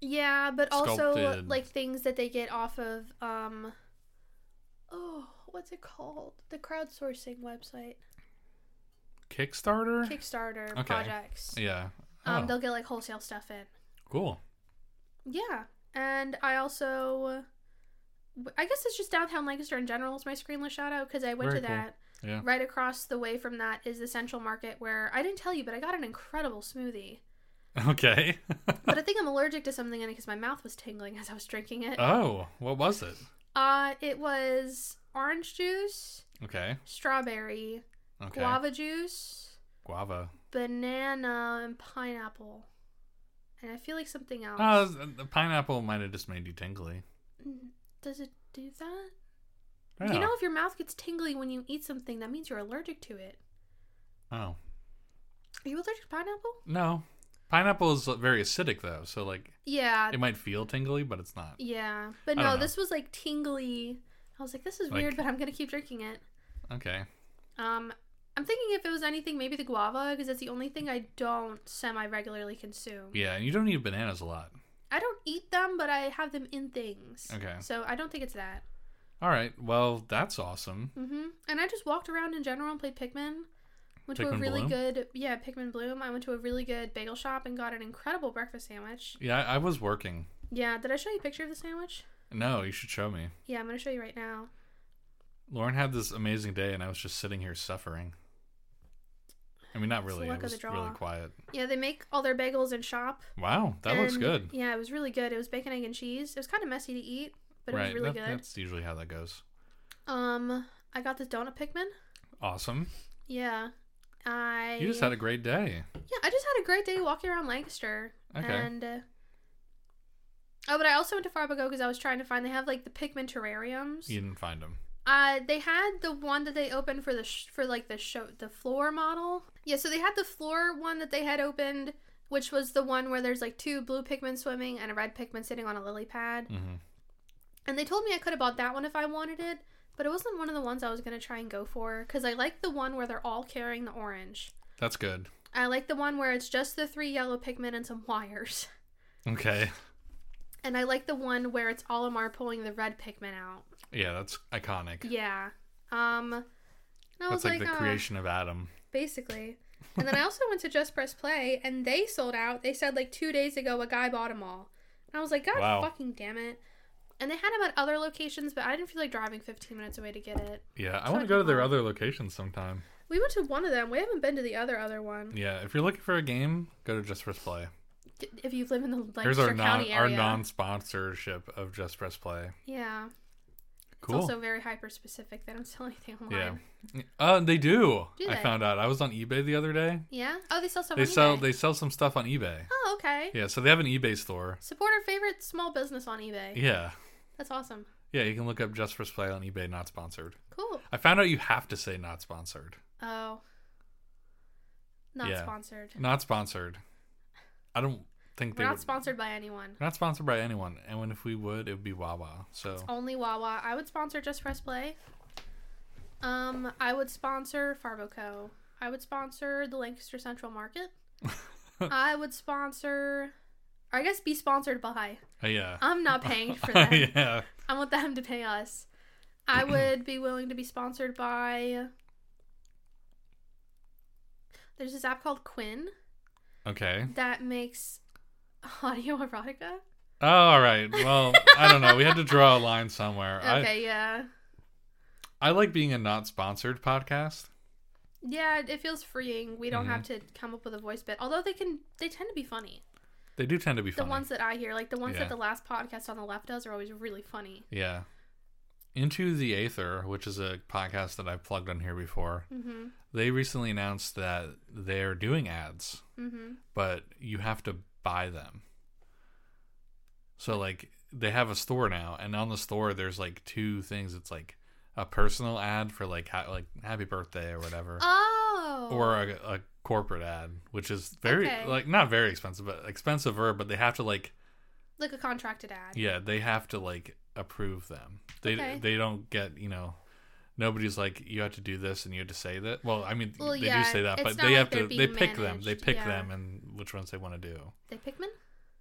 Speaker 2: yeah but also
Speaker 1: sculpted.
Speaker 2: like things that they get off of um oh what's it called the crowdsourcing
Speaker 1: <sighs>
Speaker 2: website
Speaker 1: Kickstarter.
Speaker 2: kickstarter
Speaker 1: Okay.
Speaker 2: projects
Speaker 1: yeah.
Speaker 2: um
Speaker 1: Oh,
Speaker 2: they'll get like wholesale stuff in
Speaker 1: cool. <laughs>
Speaker 2: yeah and i also i guess it's just downtown lancaster in general is my screenless shout out because i went
Speaker 1: Very
Speaker 2: to
Speaker 1: cool.
Speaker 2: that
Speaker 1: Yeah.
Speaker 2: Right across the way from that is the Central Market, where I didn't tell you, but I got an incredible smoothie.
Speaker 1: Okay. <laughs>
Speaker 2: But I think I'm allergic to something in it because my mouth was tingling as I was drinking it.
Speaker 1: oh, what was it?
Speaker 2: Uh, it was orange juice,
Speaker 1: Okay.
Speaker 2: strawberry,
Speaker 1: Okay.
Speaker 2: guava juice,
Speaker 1: Guava.
Speaker 2: banana, and pineapple. And I feel like something else.
Speaker 1: Oh, the pineapple might have just made you tingly.
Speaker 2: Mm, Does it do that?
Speaker 1: Yeah.
Speaker 2: You know, if your mouth gets tingly when you eat something, that means you're allergic to it.
Speaker 1: oh
Speaker 2: Are you allergic to pineapple?
Speaker 1: no, pineapple is very acidic though, so like
Speaker 2: Yeah,
Speaker 1: it might feel tingly, but it's not.
Speaker 2: Yeah, but
Speaker 1: I don't
Speaker 2: no,
Speaker 1: know.
Speaker 2: this was like tingly. I was like, this is
Speaker 1: Like-
Speaker 2: weird, but I'm gonna keep drinking it.
Speaker 1: Okay.
Speaker 2: Um, I'm thinking if it was anything, maybe the guava, because that's the only thing I don't semi regularly consume.
Speaker 1: Yeah, and you don't eat bananas a lot.
Speaker 2: I don't eat them, but I have them in things.
Speaker 1: Okay.
Speaker 2: So I don't think it's that.
Speaker 1: All right. Well, that's awesome.
Speaker 2: hmm And I just walked around in general and played Pikmin. Went to a
Speaker 1: Pikmin
Speaker 2: really
Speaker 1: Bloom?
Speaker 2: good yeah Pikmin Bloom. I went to a really good bagel shop and got an incredible breakfast sandwich.
Speaker 1: Yeah, I, I was working.
Speaker 2: Yeah, did I show you a picture of the sandwich?
Speaker 1: No, you should show me.
Speaker 2: Yeah, I'm gonna show you right now.
Speaker 1: Lauren had this amazing day, and I was just sitting here suffering. I mean, not
Speaker 2: It's the
Speaker 1: really. It
Speaker 2: luck of
Speaker 1: was
Speaker 2: the draw.
Speaker 1: really quiet.
Speaker 2: Yeah, they make all their bagels in shop.
Speaker 1: Wow, that looks
Speaker 2: And,
Speaker 1: good.
Speaker 2: Yeah, it was really good. It was bacon, egg, and cheese. It was kind of messy to eat, but it
Speaker 1: right.
Speaker 2: was really
Speaker 1: that-
Speaker 2: good.
Speaker 1: That's usually how that goes.
Speaker 2: Um, I got this donut Pikmin.
Speaker 1: Awesome.
Speaker 2: Yeah, I.
Speaker 1: You just had a great day.
Speaker 2: yeah, I just had a great day walking around Lancaster.
Speaker 1: Okay.
Speaker 2: And uh, oh, but I also went to Farbago because I was trying to find. They have like the Pikmin terrariums.
Speaker 1: You didn't find them.
Speaker 2: Uh, they had the one that they opened for the sh- for like the show the floor model. Yeah, so they had the floor one that they had opened, which was the one where there's like two blue pigmen swimming and a red pigman sitting on a lily pad.
Speaker 1: Mhm.
Speaker 2: And they told me I could have bought that one if I wanted it, but it wasn't one of the ones I was gonna try and go for because I like the one where they're all carrying the orange.
Speaker 1: That's good.
Speaker 2: I like the one where it's just the three yellow pigmen and some wires. <laughs>
Speaker 1: Okay.
Speaker 2: And I like the one where it's Olimar pulling the red pigmen out.
Speaker 1: Yeah, that's iconic.
Speaker 2: Yeah. Um and I
Speaker 1: That's
Speaker 2: was
Speaker 1: like,
Speaker 2: like,
Speaker 1: the
Speaker 2: uh,
Speaker 1: creation of Adam.
Speaker 2: basically. And then I also went to Just Press Play and they sold out. They said like two days ago a guy bought them all. And I was like, God
Speaker 1: Wow.
Speaker 2: fucking damn it. And they had them at other locations, but I didn't feel like driving 15 minutes away to get it.
Speaker 1: Yeah, I
Speaker 2: So
Speaker 1: want
Speaker 2: I
Speaker 1: to go to
Speaker 2: can
Speaker 1: their
Speaker 2: buy-
Speaker 1: other locations sometime.
Speaker 2: We went to one of them. We haven't been to the other other one.
Speaker 1: Yeah, if you're looking for a game, go to Just Press Play.
Speaker 2: D- If you live in the
Speaker 1: Here's
Speaker 2: Lancaster
Speaker 1: our non
Speaker 2: County
Speaker 1: our
Speaker 2: area,
Speaker 1: non sponsorship of Just Press Play.
Speaker 2: yeah,
Speaker 1: Cool.
Speaker 2: it's also very hyper specific. They don't sell anything online.
Speaker 1: yeah. Uh, they do.
Speaker 2: Do
Speaker 1: I
Speaker 2: they?
Speaker 1: found out. I was on eBay the other day.
Speaker 2: Yeah? Oh, they sell stuff.
Speaker 1: They
Speaker 2: on
Speaker 1: sell
Speaker 2: eBay.
Speaker 1: they sell some stuff on eBay.
Speaker 2: Oh, okay.
Speaker 1: Yeah, so they have an eBay store.
Speaker 2: Support our favorite small business on eBay.
Speaker 1: Yeah.
Speaker 2: That's awesome.
Speaker 1: Yeah, you can look up Just Press Play on eBay not sponsored.
Speaker 2: Cool.
Speaker 1: I found out you have to say not sponsored.
Speaker 2: Oh, not
Speaker 1: Yeah.
Speaker 2: sponsored.
Speaker 1: Not sponsored. I don't think
Speaker 2: We're
Speaker 1: they
Speaker 2: not
Speaker 1: would-
Speaker 2: sponsored by anyone.
Speaker 1: We're not sponsored by anyone, and when if we would, it would be Wawa. So
Speaker 2: Only Wawa. I would sponsor Just Press Play. Um, I would sponsor Farboco. I would sponsor the Lancaster Central
Speaker 1: <laughs>
Speaker 2: Market. I would sponsor, or I guess be sponsored by.
Speaker 1: uh, yeah, <laughs>
Speaker 2: I'm not paying for that.
Speaker 1: yeah,
Speaker 2: I want them to pay us.
Speaker 1: <clears throat>
Speaker 2: I would be willing to be sponsored by. There's this app called Quinn
Speaker 1: okay.
Speaker 2: that makes <laughs> audio erotica.
Speaker 1: Oh, all right. Well, I don't know. We had to draw a line somewhere.
Speaker 2: Okay, yeah.
Speaker 1: I I like being a not sponsored podcast.
Speaker 2: Yeah, it feels freeing. We don't have
Speaker 1: Mm-hmm.
Speaker 2: to come up with a voice bit. Although they can they tend to be funny.
Speaker 1: They do tend to be funny.
Speaker 2: The ones that I hear, like the ones
Speaker 1: Yeah.
Speaker 2: that the last podcast on the left does are always really funny.
Speaker 1: Yeah. Into the Aether, which is a podcast that I've plugged on here before,
Speaker 2: Mhm.
Speaker 1: they recently announced that they're doing ads,
Speaker 2: Mhm.
Speaker 1: but you have to buy them. So like they have a store now, and on the store there's like two things. It's like a personal ad for like ha- like Happy Birthday or whatever,
Speaker 2: Oh.
Speaker 1: or a, a corporate ad, which is very
Speaker 2: Okay.
Speaker 1: like not very expensive, but expensive verb. But they have to like
Speaker 2: like a contracted ad.
Speaker 1: yeah, they have to like approve them. They
Speaker 2: Okay.
Speaker 1: they don't get you know. Nobody's like you have to do this and you have to say that. Well, I mean
Speaker 2: Well,
Speaker 1: they
Speaker 2: yeah,
Speaker 1: do say that,
Speaker 2: it's
Speaker 1: but
Speaker 2: not
Speaker 1: they
Speaker 2: like
Speaker 1: have
Speaker 2: they're
Speaker 1: to. They
Speaker 2: being
Speaker 1: pick them. They
Speaker 2: managed,
Speaker 1: pick
Speaker 2: yeah.
Speaker 1: them and which ones they want to do.
Speaker 2: They Pikmin?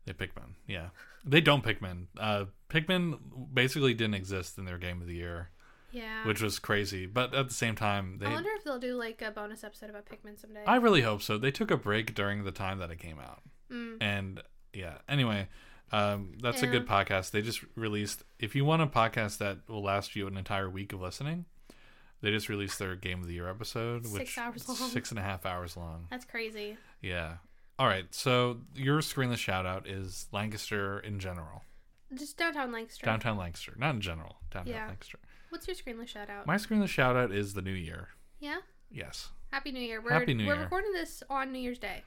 Speaker 1: They pick men. Yeah, they don't pick men. Uh, Pikmin basically didn't exist in their game of the year,
Speaker 2: Yeah.
Speaker 1: which was crazy. But at the same time, they.
Speaker 2: Ah. I
Speaker 1: I,
Speaker 2: wonder if they'll do like a bonus episode about Pikmin someday.
Speaker 1: really hope so. They took a break during the time that it came out,
Speaker 2: Mm.
Speaker 1: and yeah. Anyway, um, that's a
Speaker 2: Yeah.
Speaker 1: good podcast. They just released. If you want a podcast that will last you an entire week of listening, they just released their game of the year episode,
Speaker 2: Six
Speaker 1: which
Speaker 2: hours long.
Speaker 1: six and a half hours long.
Speaker 2: That's crazy.
Speaker 1: Yeah. All right. So your screenless shout out is Lancaster in general.
Speaker 2: Just downtown Lancaster.
Speaker 1: Downtown Lancaster, not in general. Downtown
Speaker 2: Yeah. Oh.
Speaker 1: Lancaster.
Speaker 2: What's your screenless shout out?
Speaker 1: My screen the shout out is the new year.
Speaker 2: yeah.
Speaker 1: Yes.
Speaker 2: Happy New Year. We're,
Speaker 1: Happy New
Speaker 2: we're
Speaker 1: Year.
Speaker 2: recording this on New Year's Day.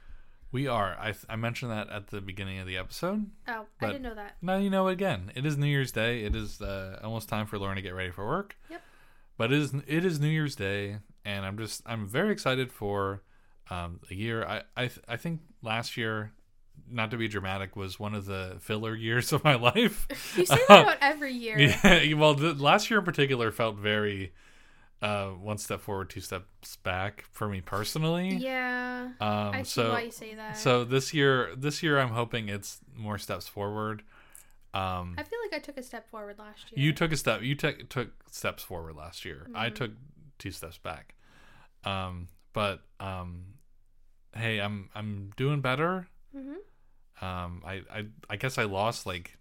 Speaker 1: We are. I, th- I mentioned that at the beginning of the episode.
Speaker 2: Oh,
Speaker 1: But-
Speaker 2: I didn't know that.
Speaker 1: Now you know again. It is New Year's Day. It is uh, almost time for Lauren to get ready for work.
Speaker 2: Yep.
Speaker 1: But it is it is New Year's Day, and I'm just I'm very excited for um, the year. I I, th- I think last year, not to be dramatic, was one of the filler years <laughs> of my life. Um,
Speaker 2: You say
Speaker 1: <laughs>
Speaker 2: that about every year.
Speaker 1: Yeah, well, the, last year in particular felt very uh, one step forward, two steps back for me personally.
Speaker 2: Yeah.
Speaker 1: Um,
Speaker 2: I see
Speaker 1: so,
Speaker 2: why you say that.
Speaker 1: so this year, this year, I'm hoping it's more steps forward. Um,
Speaker 2: I feel like I took a step forward last year.
Speaker 1: you took a step. You took took steps forward last year.
Speaker 2: Mm-hmm.
Speaker 1: I took two steps back. Um, but um, hey, I'm I'm doing better.
Speaker 2: hmm
Speaker 1: Um, I, I I guess I lost like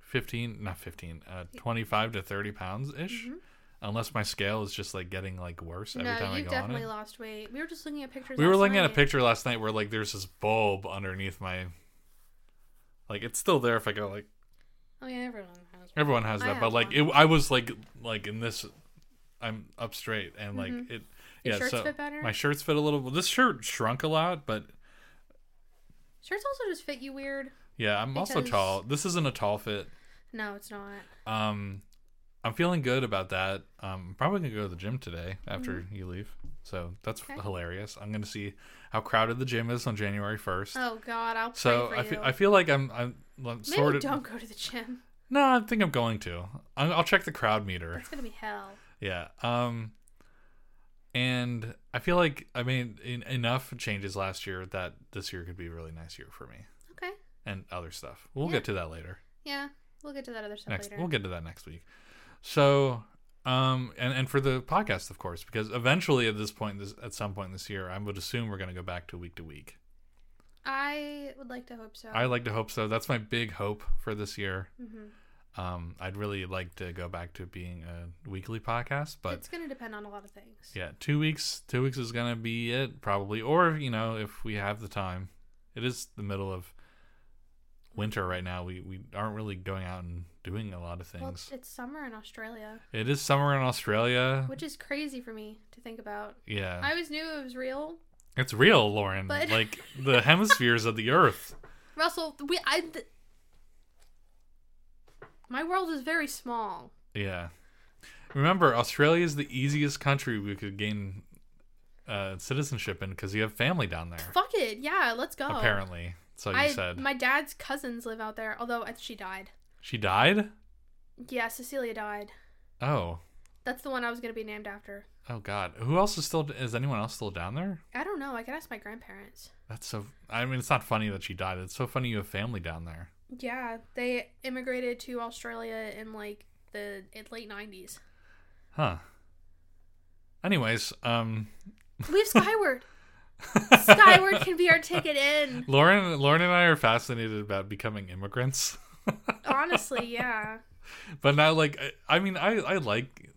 Speaker 1: fifteen, not fifteen, uh, twenty five to thirty pounds ish. Unless my scale is just like getting like worse every
Speaker 2: Mm-hmm. No,
Speaker 1: time I
Speaker 2: you've
Speaker 1: go on
Speaker 2: definitely
Speaker 1: it.
Speaker 2: lost weight. We were just looking at pictures.
Speaker 1: We were
Speaker 2: last
Speaker 1: looking at a
Speaker 2: night.
Speaker 1: picture last night where like there's this bulb underneath my. Like it's still there if I go like
Speaker 2: Oh yeah, everyone has. one.
Speaker 1: everyone has
Speaker 2: I
Speaker 1: that,
Speaker 2: have
Speaker 1: but like
Speaker 2: one.
Speaker 1: it, I was like like in this, I'm up straight and like it.
Speaker 2: Mm-hmm. Your
Speaker 1: yeah,
Speaker 2: shirts
Speaker 1: so
Speaker 2: fit better?
Speaker 1: my shirts fit a little. Well, this shirt shrunk a lot, but
Speaker 2: Shirts also just fit you weird.
Speaker 1: yeah, I'm also
Speaker 2: Because-
Speaker 1: tall. This isn't a tall fit.
Speaker 2: No, it's not.
Speaker 1: Um, I'm feeling good about that. Um, I'm probably gonna go to the gym today after you leave, so that's
Speaker 2: Mm-hmm. Okay.
Speaker 1: hilarious. I'm gonna see how crowded the gym is on January 1st.
Speaker 2: Oh God, I'll pray
Speaker 1: so
Speaker 2: for
Speaker 1: I
Speaker 2: you.
Speaker 1: fe- I feel like I'm I'm, I'm
Speaker 2: Maybe
Speaker 1: sort of
Speaker 2: don't go to the gym.
Speaker 1: no. I think I'm going to. i I'll check the crowd meter.
Speaker 2: That's gonna be hell.
Speaker 1: Yeah. Um and I feel like I made en- enough changes last year that this year could be a really nice year for me
Speaker 2: Okay.
Speaker 1: and other stuff. We'll
Speaker 2: Yeah.
Speaker 1: get to that later.
Speaker 2: Yeah, we'll get to that other stuff
Speaker 1: Next
Speaker 2: later.
Speaker 1: we'll get to that next week. So um and and for the podcast of course because eventually at this point this at some point this year I would assume we're going to go back to week to week.
Speaker 2: I would like to hope so.
Speaker 1: I like to hope so. That's my big hope for this year.
Speaker 2: hmm
Speaker 1: Um I'd really like to go back to being a weekly podcast, but
Speaker 2: it's gonna depend on a lot of things.
Speaker 1: Yeah, two weeks. Two weeks is gonna be it probably, or you know, if we have the time. It is the middle of winter right now. We we aren't really going out and doing a lot of
Speaker 2: Well,
Speaker 1: things.
Speaker 2: it's summer in Australia,
Speaker 1: it is summer in Australia.
Speaker 2: which is crazy for me to think about.
Speaker 1: Yeah,
Speaker 2: I always knew it was real.
Speaker 1: it's real, Lauren.
Speaker 2: But- <laughs>
Speaker 1: Like the hemispheres of the Earth.
Speaker 2: Russell, we I. Th- my world is very small.
Speaker 1: Yeah. Remember, Australia is the easiest country we could gain uh, citizenship in because you have family down there.
Speaker 2: Fuck it, yeah, let's go.
Speaker 1: Apparently, so you
Speaker 2: I,
Speaker 1: said
Speaker 2: my dad's cousins live out there, although uh, she died.
Speaker 1: she died.
Speaker 2: Yeah, Cecilia died.
Speaker 1: Oh.
Speaker 2: That's the one I was gonna be named after.
Speaker 1: Oh God, who else is still? Is anyone else still down there?
Speaker 2: I don't know. I could ask my grandparents.
Speaker 1: That's so. I mean, it's not funny that she died. It's so funny you have family down there.
Speaker 2: Yeah, they immigrated to Australia in like the in late nineties.
Speaker 1: Huh. Anyways, um, <laughs>
Speaker 2: Leave Skyward. Skyward can be our ticket in.
Speaker 1: Lauren, Lauren and I are fascinated about becoming immigrants,
Speaker 2: Honestly, yeah.
Speaker 1: but now, like, I, I mean, I I like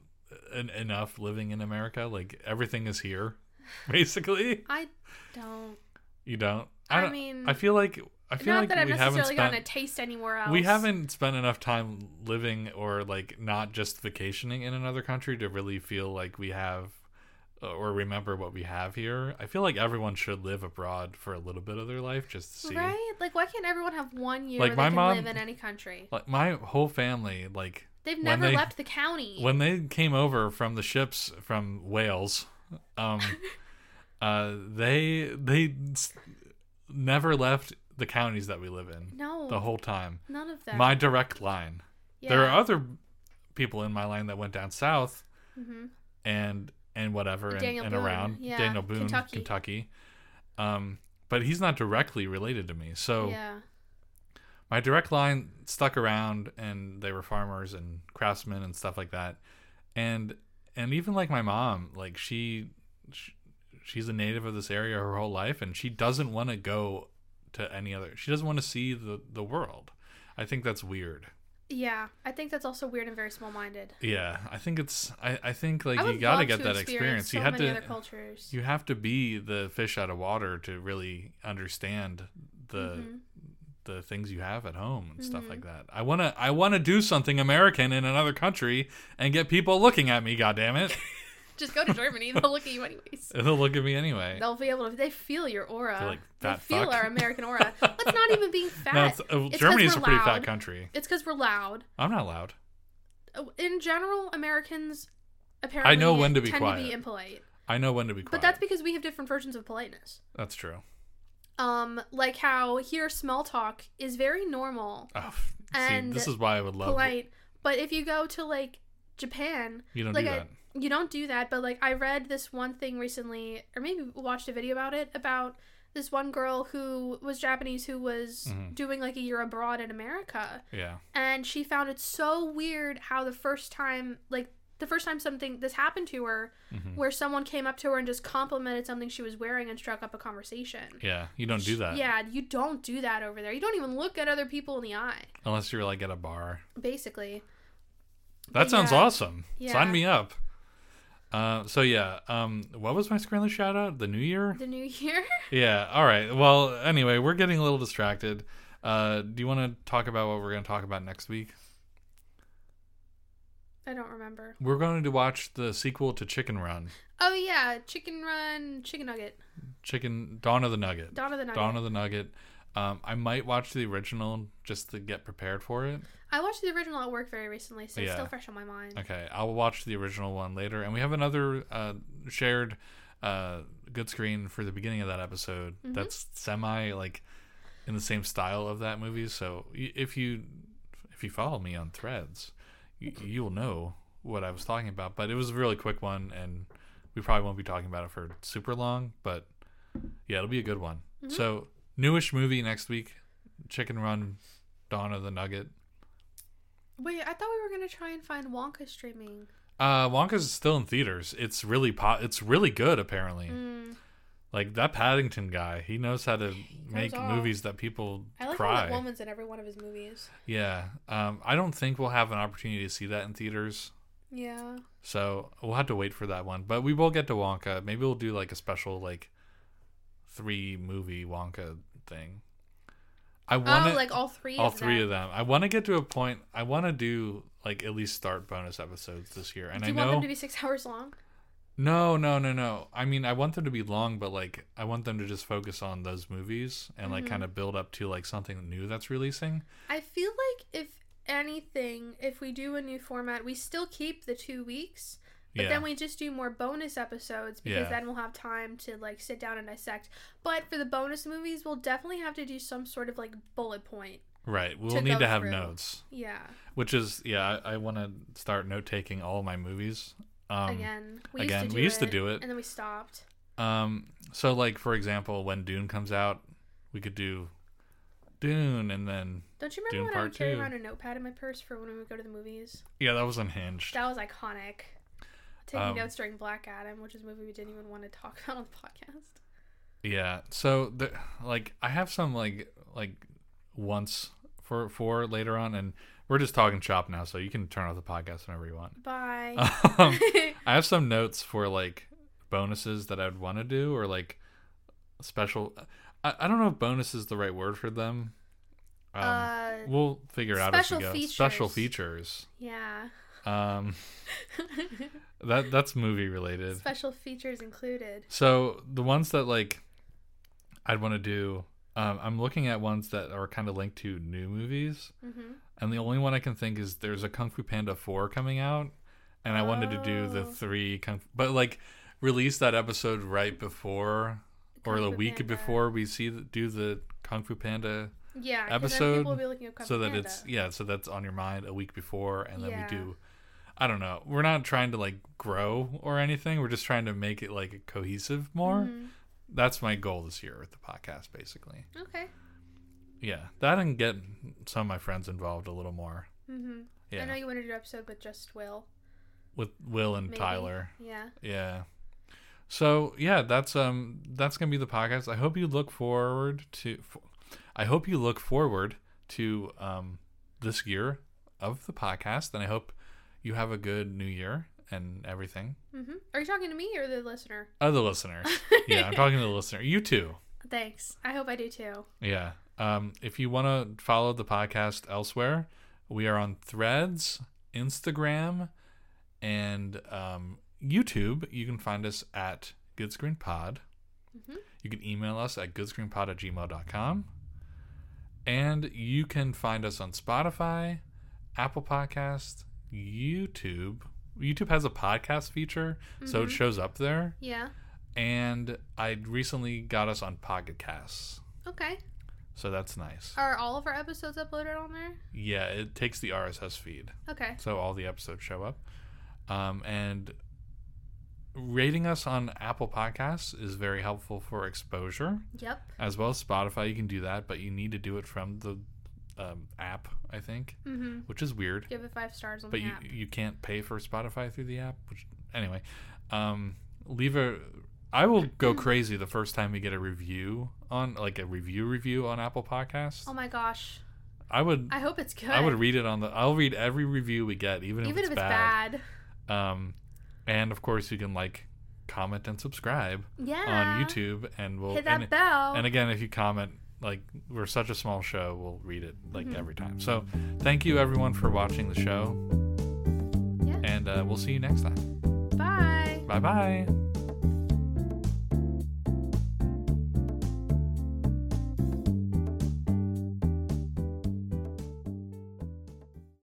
Speaker 1: en- enough living in America. Like everything is here, <laughs> basically.
Speaker 2: I don't.
Speaker 1: You don't.
Speaker 2: I,
Speaker 1: don't-
Speaker 2: mean,
Speaker 1: I feel like I feel
Speaker 2: not
Speaker 1: like
Speaker 2: that I've
Speaker 1: we haven't
Speaker 2: necessarily gotten
Speaker 1: spent
Speaker 2: a taste anywhere else.
Speaker 1: We haven't spent enough time living or like not just vacationing in another country to really feel like we have uh, or remember what we have here. I feel like everyone should live abroad for a little bit of their life just to see.
Speaker 2: Right? Like, why can't everyone have one year
Speaker 1: Like,
Speaker 2: where they
Speaker 1: my
Speaker 2: can
Speaker 1: mom-
Speaker 2: live in any country?
Speaker 1: Like my whole family, like
Speaker 2: They've
Speaker 1: when
Speaker 2: never
Speaker 1: they-
Speaker 2: left the county.
Speaker 1: when they came over from the ships from Wales, um, uh, they they s- never left the counties that we live in
Speaker 2: no,
Speaker 1: the whole time.
Speaker 2: none of them.
Speaker 1: My direct line.
Speaker 2: yeah.
Speaker 1: There are other people in my line that went down south
Speaker 2: hmm
Speaker 1: and and whatever and,
Speaker 2: Daniel
Speaker 1: and
Speaker 2: Boone,
Speaker 1: around
Speaker 2: yeah,
Speaker 1: Daniel Boone, Kentucky.
Speaker 2: Kentucky.
Speaker 1: Um, but he's not directly related to me, so
Speaker 2: yeah.
Speaker 1: my direct line stuck around, and they were farmers and craftsmen and stuff like that, and and even like my mom, like she, sh she's a native of this area her whole life, and she doesn't want to go to any other. She doesn't want to see the the world. I think that's weird.
Speaker 2: Yeah. I think that's also weird and very small minded.
Speaker 1: Yeah, I think it's. I, I think like
Speaker 2: I would
Speaker 1: you got
Speaker 2: love
Speaker 1: get
Speaker 2: to
Speaker 1: that
Speaker 2: experience.
Speaker 1: experience. you
Speaker 2: so
Speaker 1: have
Speaker 2: many
Speaker 1: to.
Speaker 2: other cultures.
Speaker 1: you have to be the fish out of water to really understand the
Speaker 2: Mhm.
Speaker 1: the things you have at home and stuff
Speaker 2: Mhm.
Speaker 1: like that. I want to I want to do something American in another country and get people looking at me,
Speaker 2: <laughs>
Speaker 1: goddammit. <laughs>
Speaker 2: Just go to Germany. <laughs> They'll look at you anyways.
Speaker 1: They'll look at me anyway.
Speaker 2: They'll be able to. They feel your aura.
Speaker 1: They're like,
Speaker 2: they
Speaker 1: "Fat
Speaker 2: feel
Speaker 1: fuck."
Speaker 2: our
Speaker 1: <laughs>
Speaker 2: American aura. Let's not even being fat.
Speaker 1: No,
Speaker 2: it's
Speaker 1: it's, uh,
Speaker 2: 'cause
Speaker 1: Germany's a
Speaker 2: we're
Speaker 1: pretty fat
Speaker 2: loud.
Speaker 1: country.
Speaker 2: because we're loud.
Speaker 1: I'm not loud.
Speaker 2: Oh, In general, Americans apparently
Speaker 1: know when to be
Speaker 2: tend to
Speaker 1: quiet.
Speaker 2: be impolite,
Speaker 1: I know when to be quiet.
Speaker 2: but that's because we have different versions of politeness.
Speaker 1: that's true.
Speaker 2: Um, like how here small talk is very normal,
Speaker 1: Oh, f- see,
Speaker 2: And
Speaker 1: this is why I would love
Speaker 2: polite, but if you go to like Japan,
Speaker 1: you don't
Speaker 2: like
Speaker 1: do
Speaker 2: I-
Speaker 1: that.
Speaker 2: you don't do that. But like I read this one thing recently, or maybe watched a video about it about this one girl who was Japanese who was
Speaker 1: Mhm.
Speaker 2: doing like a year abroad in America,
Speaker 1: yeah.
Speaker 2: and she found it so weird how the first time like the first time something this happened to her
Speaker 1: Mhm.
Speaker 2: where someone came up to her and just complimented something she was wearing and struck up a conversation
Speaker 1: Yeah, you don't do that
Speaker 2: yeah you don't do that over there you don't even look at other people in the eye
Speaker 1: unless you're like at a bar.
Speaker 2: basically
Speaker 1: That sounds
Speaker 2: Yeah.
Speaker 1: awesome.
Speaker 2: Yeah.
Speaker 1: Sign me up. Uh, so yeah, um, what was my screenless shout out? The new year?
Speaker 2: the new <laughs> year
Speaker 1: Yeah. All right. Well, anyway, we're getting a little distracted. Uh, do you want to talk about what we're going to talk about next week?
Speaker 2: i don't remember
Speaker 1: We're going to watch the sequel to Chicken Run,
Speaker 2: oh yeah chicken run chicken nugget
Speaker 1: Chicken Dawn of the Nugget.
Speaker 2: dawn of the nugget
Speaker 1: Dawn of the Nugget. Um, I might watch the original just to get prepared for it.
Speaker 2: I watched the original at work very recently, so it's
Speaker 1: Yeah.
Speaker 2: still fresh on my mind.
Speaker 1: Okay, I'll watch the original one later, and we have another uh, shared uh, good screen for the beginning of that episode.
Speaker 2: Mhm.
Speaker 1: That's semi like in the same style of that movie. So y- if you if you follow me on Threads, you, you'll know what I was talking about. But it was a really quick one, and we probably won't be talking about it for super long. But yeah, it'll be a good one.
Speaker 2: Mhm.
Speaker 1: So newish movie next week, Chicken Run, Dawn of the Nugget.
Speaker 2: Wait, I thought we were gonna try and find Wonka streaming.
Speaker 1: Uh, Wonka's still in theaters. It's really po- It's really good, apparently.
Speaker 2: Mm.
Speaker 1: Like that Paddington guy, he knows how to make
Speaker 2: all.
Speaker 1: movies that people
Speaker 2: I like how
Speaker 1: cry.
Speaker 2: that woman's in every one of his movies.
Speaker 1: yeah. Um, I don't think we'll have an opportunity to see that in theaters,
Speaker 2: Yeah.
Speaker 1: so we'll have to wait for that one. But we will get to Wonka. Maybe we'll do like a special like three movie Wonka thing. I want
Speaker 2: oh, like all three.
Speaker 1: all
Speaker 2: of
Speaker 1: three
Speaker 2: them.
Speaker 1: of them. I want to get to a point. I want to do like at least start bonus episodes this year, and
Speaker 2: Do
Speaker 1: I
Speaker 2: you
Speaker 1: know
Speaker 2: want them to be six <laughs> hours long?
Speaker 1: No, no, no, no. I mean, I want them to be long, but like, I want them to just focus on those movies and like
Speaker 2: Mhm.
Speaker 1: kind of build up to like something new that's releasing.
Speaker 2: I feel like if anything, if we do a new format, we still keep the two weeks, but
Speaker 1: yeah,
Speaker 2: then we just do more bonus episodes because
Speaker 1: Yeah.
Speaker 2: then we'll have time to like sit down and dissect. But for the bonus movies, we'll definitely have to do some sort of like bullet point.
Speaker 1: right. We'll
Speaker 2: go
Speaker 1: need to have
Speaker 2: through.
Speaker 1: notes,
Speaker 2: Yeah.
Speaker 1: which is yeah. I, I want to start note taking all my movies. Um,
Speaker 2: again, we
Speaker 1: again,
Speaker 2: used to do
Speaker 1: we used
Speaker 2: it,
Speaker 1: to do it.
Speaker 2: and then we stopped.
Speaker 1: Um. So like, for example, when Dune comes out, we could do Dune, and then
Speaker 2: Don't you remember
Speaker 1: Dune
Speaker 2: when I
Speaker 1: Part
Speaker 2: would carry
Speaker 1: Two.
Speaker 2: around a notepad in my purse for when we would go to the movies?
Speaker 1: yeah, that was unhinged.
Speaker 2: That was iconic. Taking
Speaker 1: Um,
Speaker 2: notes during Black Adam, which is a movie we didn't even want to talk about on the podcast.
Speaker 1: Yeah. So the like I have some like like once for for later on and we're just talking shop now, so you can turn off the podcast whenever you want.
Speaker 2: Bye.
Speaker 1: <laughs> Um, I have some notes for like bonuses that I'd want to do or like special I, I don't know if bonus is the right word for them. Um,
Speaker 2: <laughs> uh,
Speaker 1: we'll figure it out as we
Speaker 2: special
Speaker 1: go. Special features.
Speaker 2: yeah. <laughs>
Speaker 1: Um that that's movie related.
Speaker 2: Special features included.
Speaker 1: So the ones that like I'd want to do, um, I'm looking at ones that are kind of linked to new movies,
Speaker 2: hmm
Speaker 1: and the only one I can think is there's a Kung Fu Panda four coming out, and I wanted to do the
Speaker 2: Oh.
Speaker 1: three Kung, but like release that episode right before or
Speaker 2: Kung
Speaker 1: the
Speaker 2: Fu
Speaker 1: week
Speaker 2: Panda.
Speaker 1: before we see the, do the Kung Fu Panda,
Speaker 2: Yeah. 'cause then
Speaker 1: episode,
Speaker 2: People will be looking at Kung
Speaker 1: so
Speaker 2: Fu
Speaker 1: that
Speaker 2: Panda.
Speaker 1: it's yeah, so that's on your mind a week before, and then
Speaker 2: Yeah.
Speaker 1: we do. I don't know. We're not trying to like grow or anything. We're just trying to make it like cohesive more
Speaker 2: Mhm.
Speaker 1: that's my goal this year with the podcast basically
Speaker 2: Okay.
Speaker 1: yeah that and get some of my friends involved a little more
Speaker 2: hmm I know
Speaker 1: yeah
Speaker 2: you wanted to do an episode with just Will.
Speaker 1: with will and
Speaker 2: Maybe.
Speaker 1: tyler
Speaker 2: Yeah.
Speaker 1: yeah so yeah that's um that's gonna be the podcast i hope you look forward to for, i hope you look forward to um this year of the podcast and i hope you have a good new year and everything
Speaker 2: hmm Are you talking to me or the listener?
Speaker 1: other listeners <laughs>
Speaker 2: <laughs>
Speaker 1: yeah i'm talking to the listener you too
Speaker 2: Thanks. I hope I do too.
Speaker 1: Yeah. Um, if you want to follow the podcast elsewhere, we are on Threads, Instagram, and um, YouTube. You can find us at Good Screen Pod.
Speaker 2: Mhm.
Speaker 1: You can email us at goodscreenpod at gmail.com. And you can find us on Spotify, Apple Podcast, YouTube. YouTube has a podcast feature, so it
Speaker 2: Mhm.
Speaker 1: shows up there.
Speaker 2: Yeah.
Speaker 1: And I recently got us on Pocket Casts,
Speaker 2: Okay.
Speaker 1: so that's nice.
Speaker 2: Are all of our episodes uploaded on there?
Speaker 1: Yeah, it takes the RSS feed,
Speaker 2: Okay.
Speaker 1: so all the episodes show up. Um, and rating us on Apple Podcasts is very helpful for exposure,
Speaker 2: Yep.
Speaker 1: as well as Spotify. You can do that, but you need to do it from the um, app, I think,
Speaker 2: Mm-hmm.
Speaker 1: which is weird.
Speaker 2: Give it five stars on
Speaker 1: But
Speaker 2: the
Speaker 1: you
Speaker 2: app.
Speaker 1: you can't pay for Spotify through the app. Which anyway, um, leave a. I will go crazy the first time we get a review on like a review review on Apple Podcasts.
Speaker 2: Oh my gosh.
Speaker 1: I would
Speaker 2: I hope it's good.
Speaker 1: I would read it on the. I'll read every review we get, even,
Speaker 2: Even
Speaker 1: if it's, bad.
Speaker 2: bad.
Speaker 1: Um, and of course, you can like, comment, and subscribe
Speaker 2: Yeah.
Speaker 1: on YouTube, and we'll
Speaker 2: Hit that
Speaker 1: and,
Speaker 2: bell.
Speaker 1: and again, if you comment, like we're such a small show, we'll read it like
Speaker 2: Mm-hmm.
Speaker 1: every time. So, thank you everyone for watching the show,
Speaker 2: Yeah.
Speaker 1: and uh, we'll see you next time.
Speaker 2: Bye.
Speaker 1: Bye bye.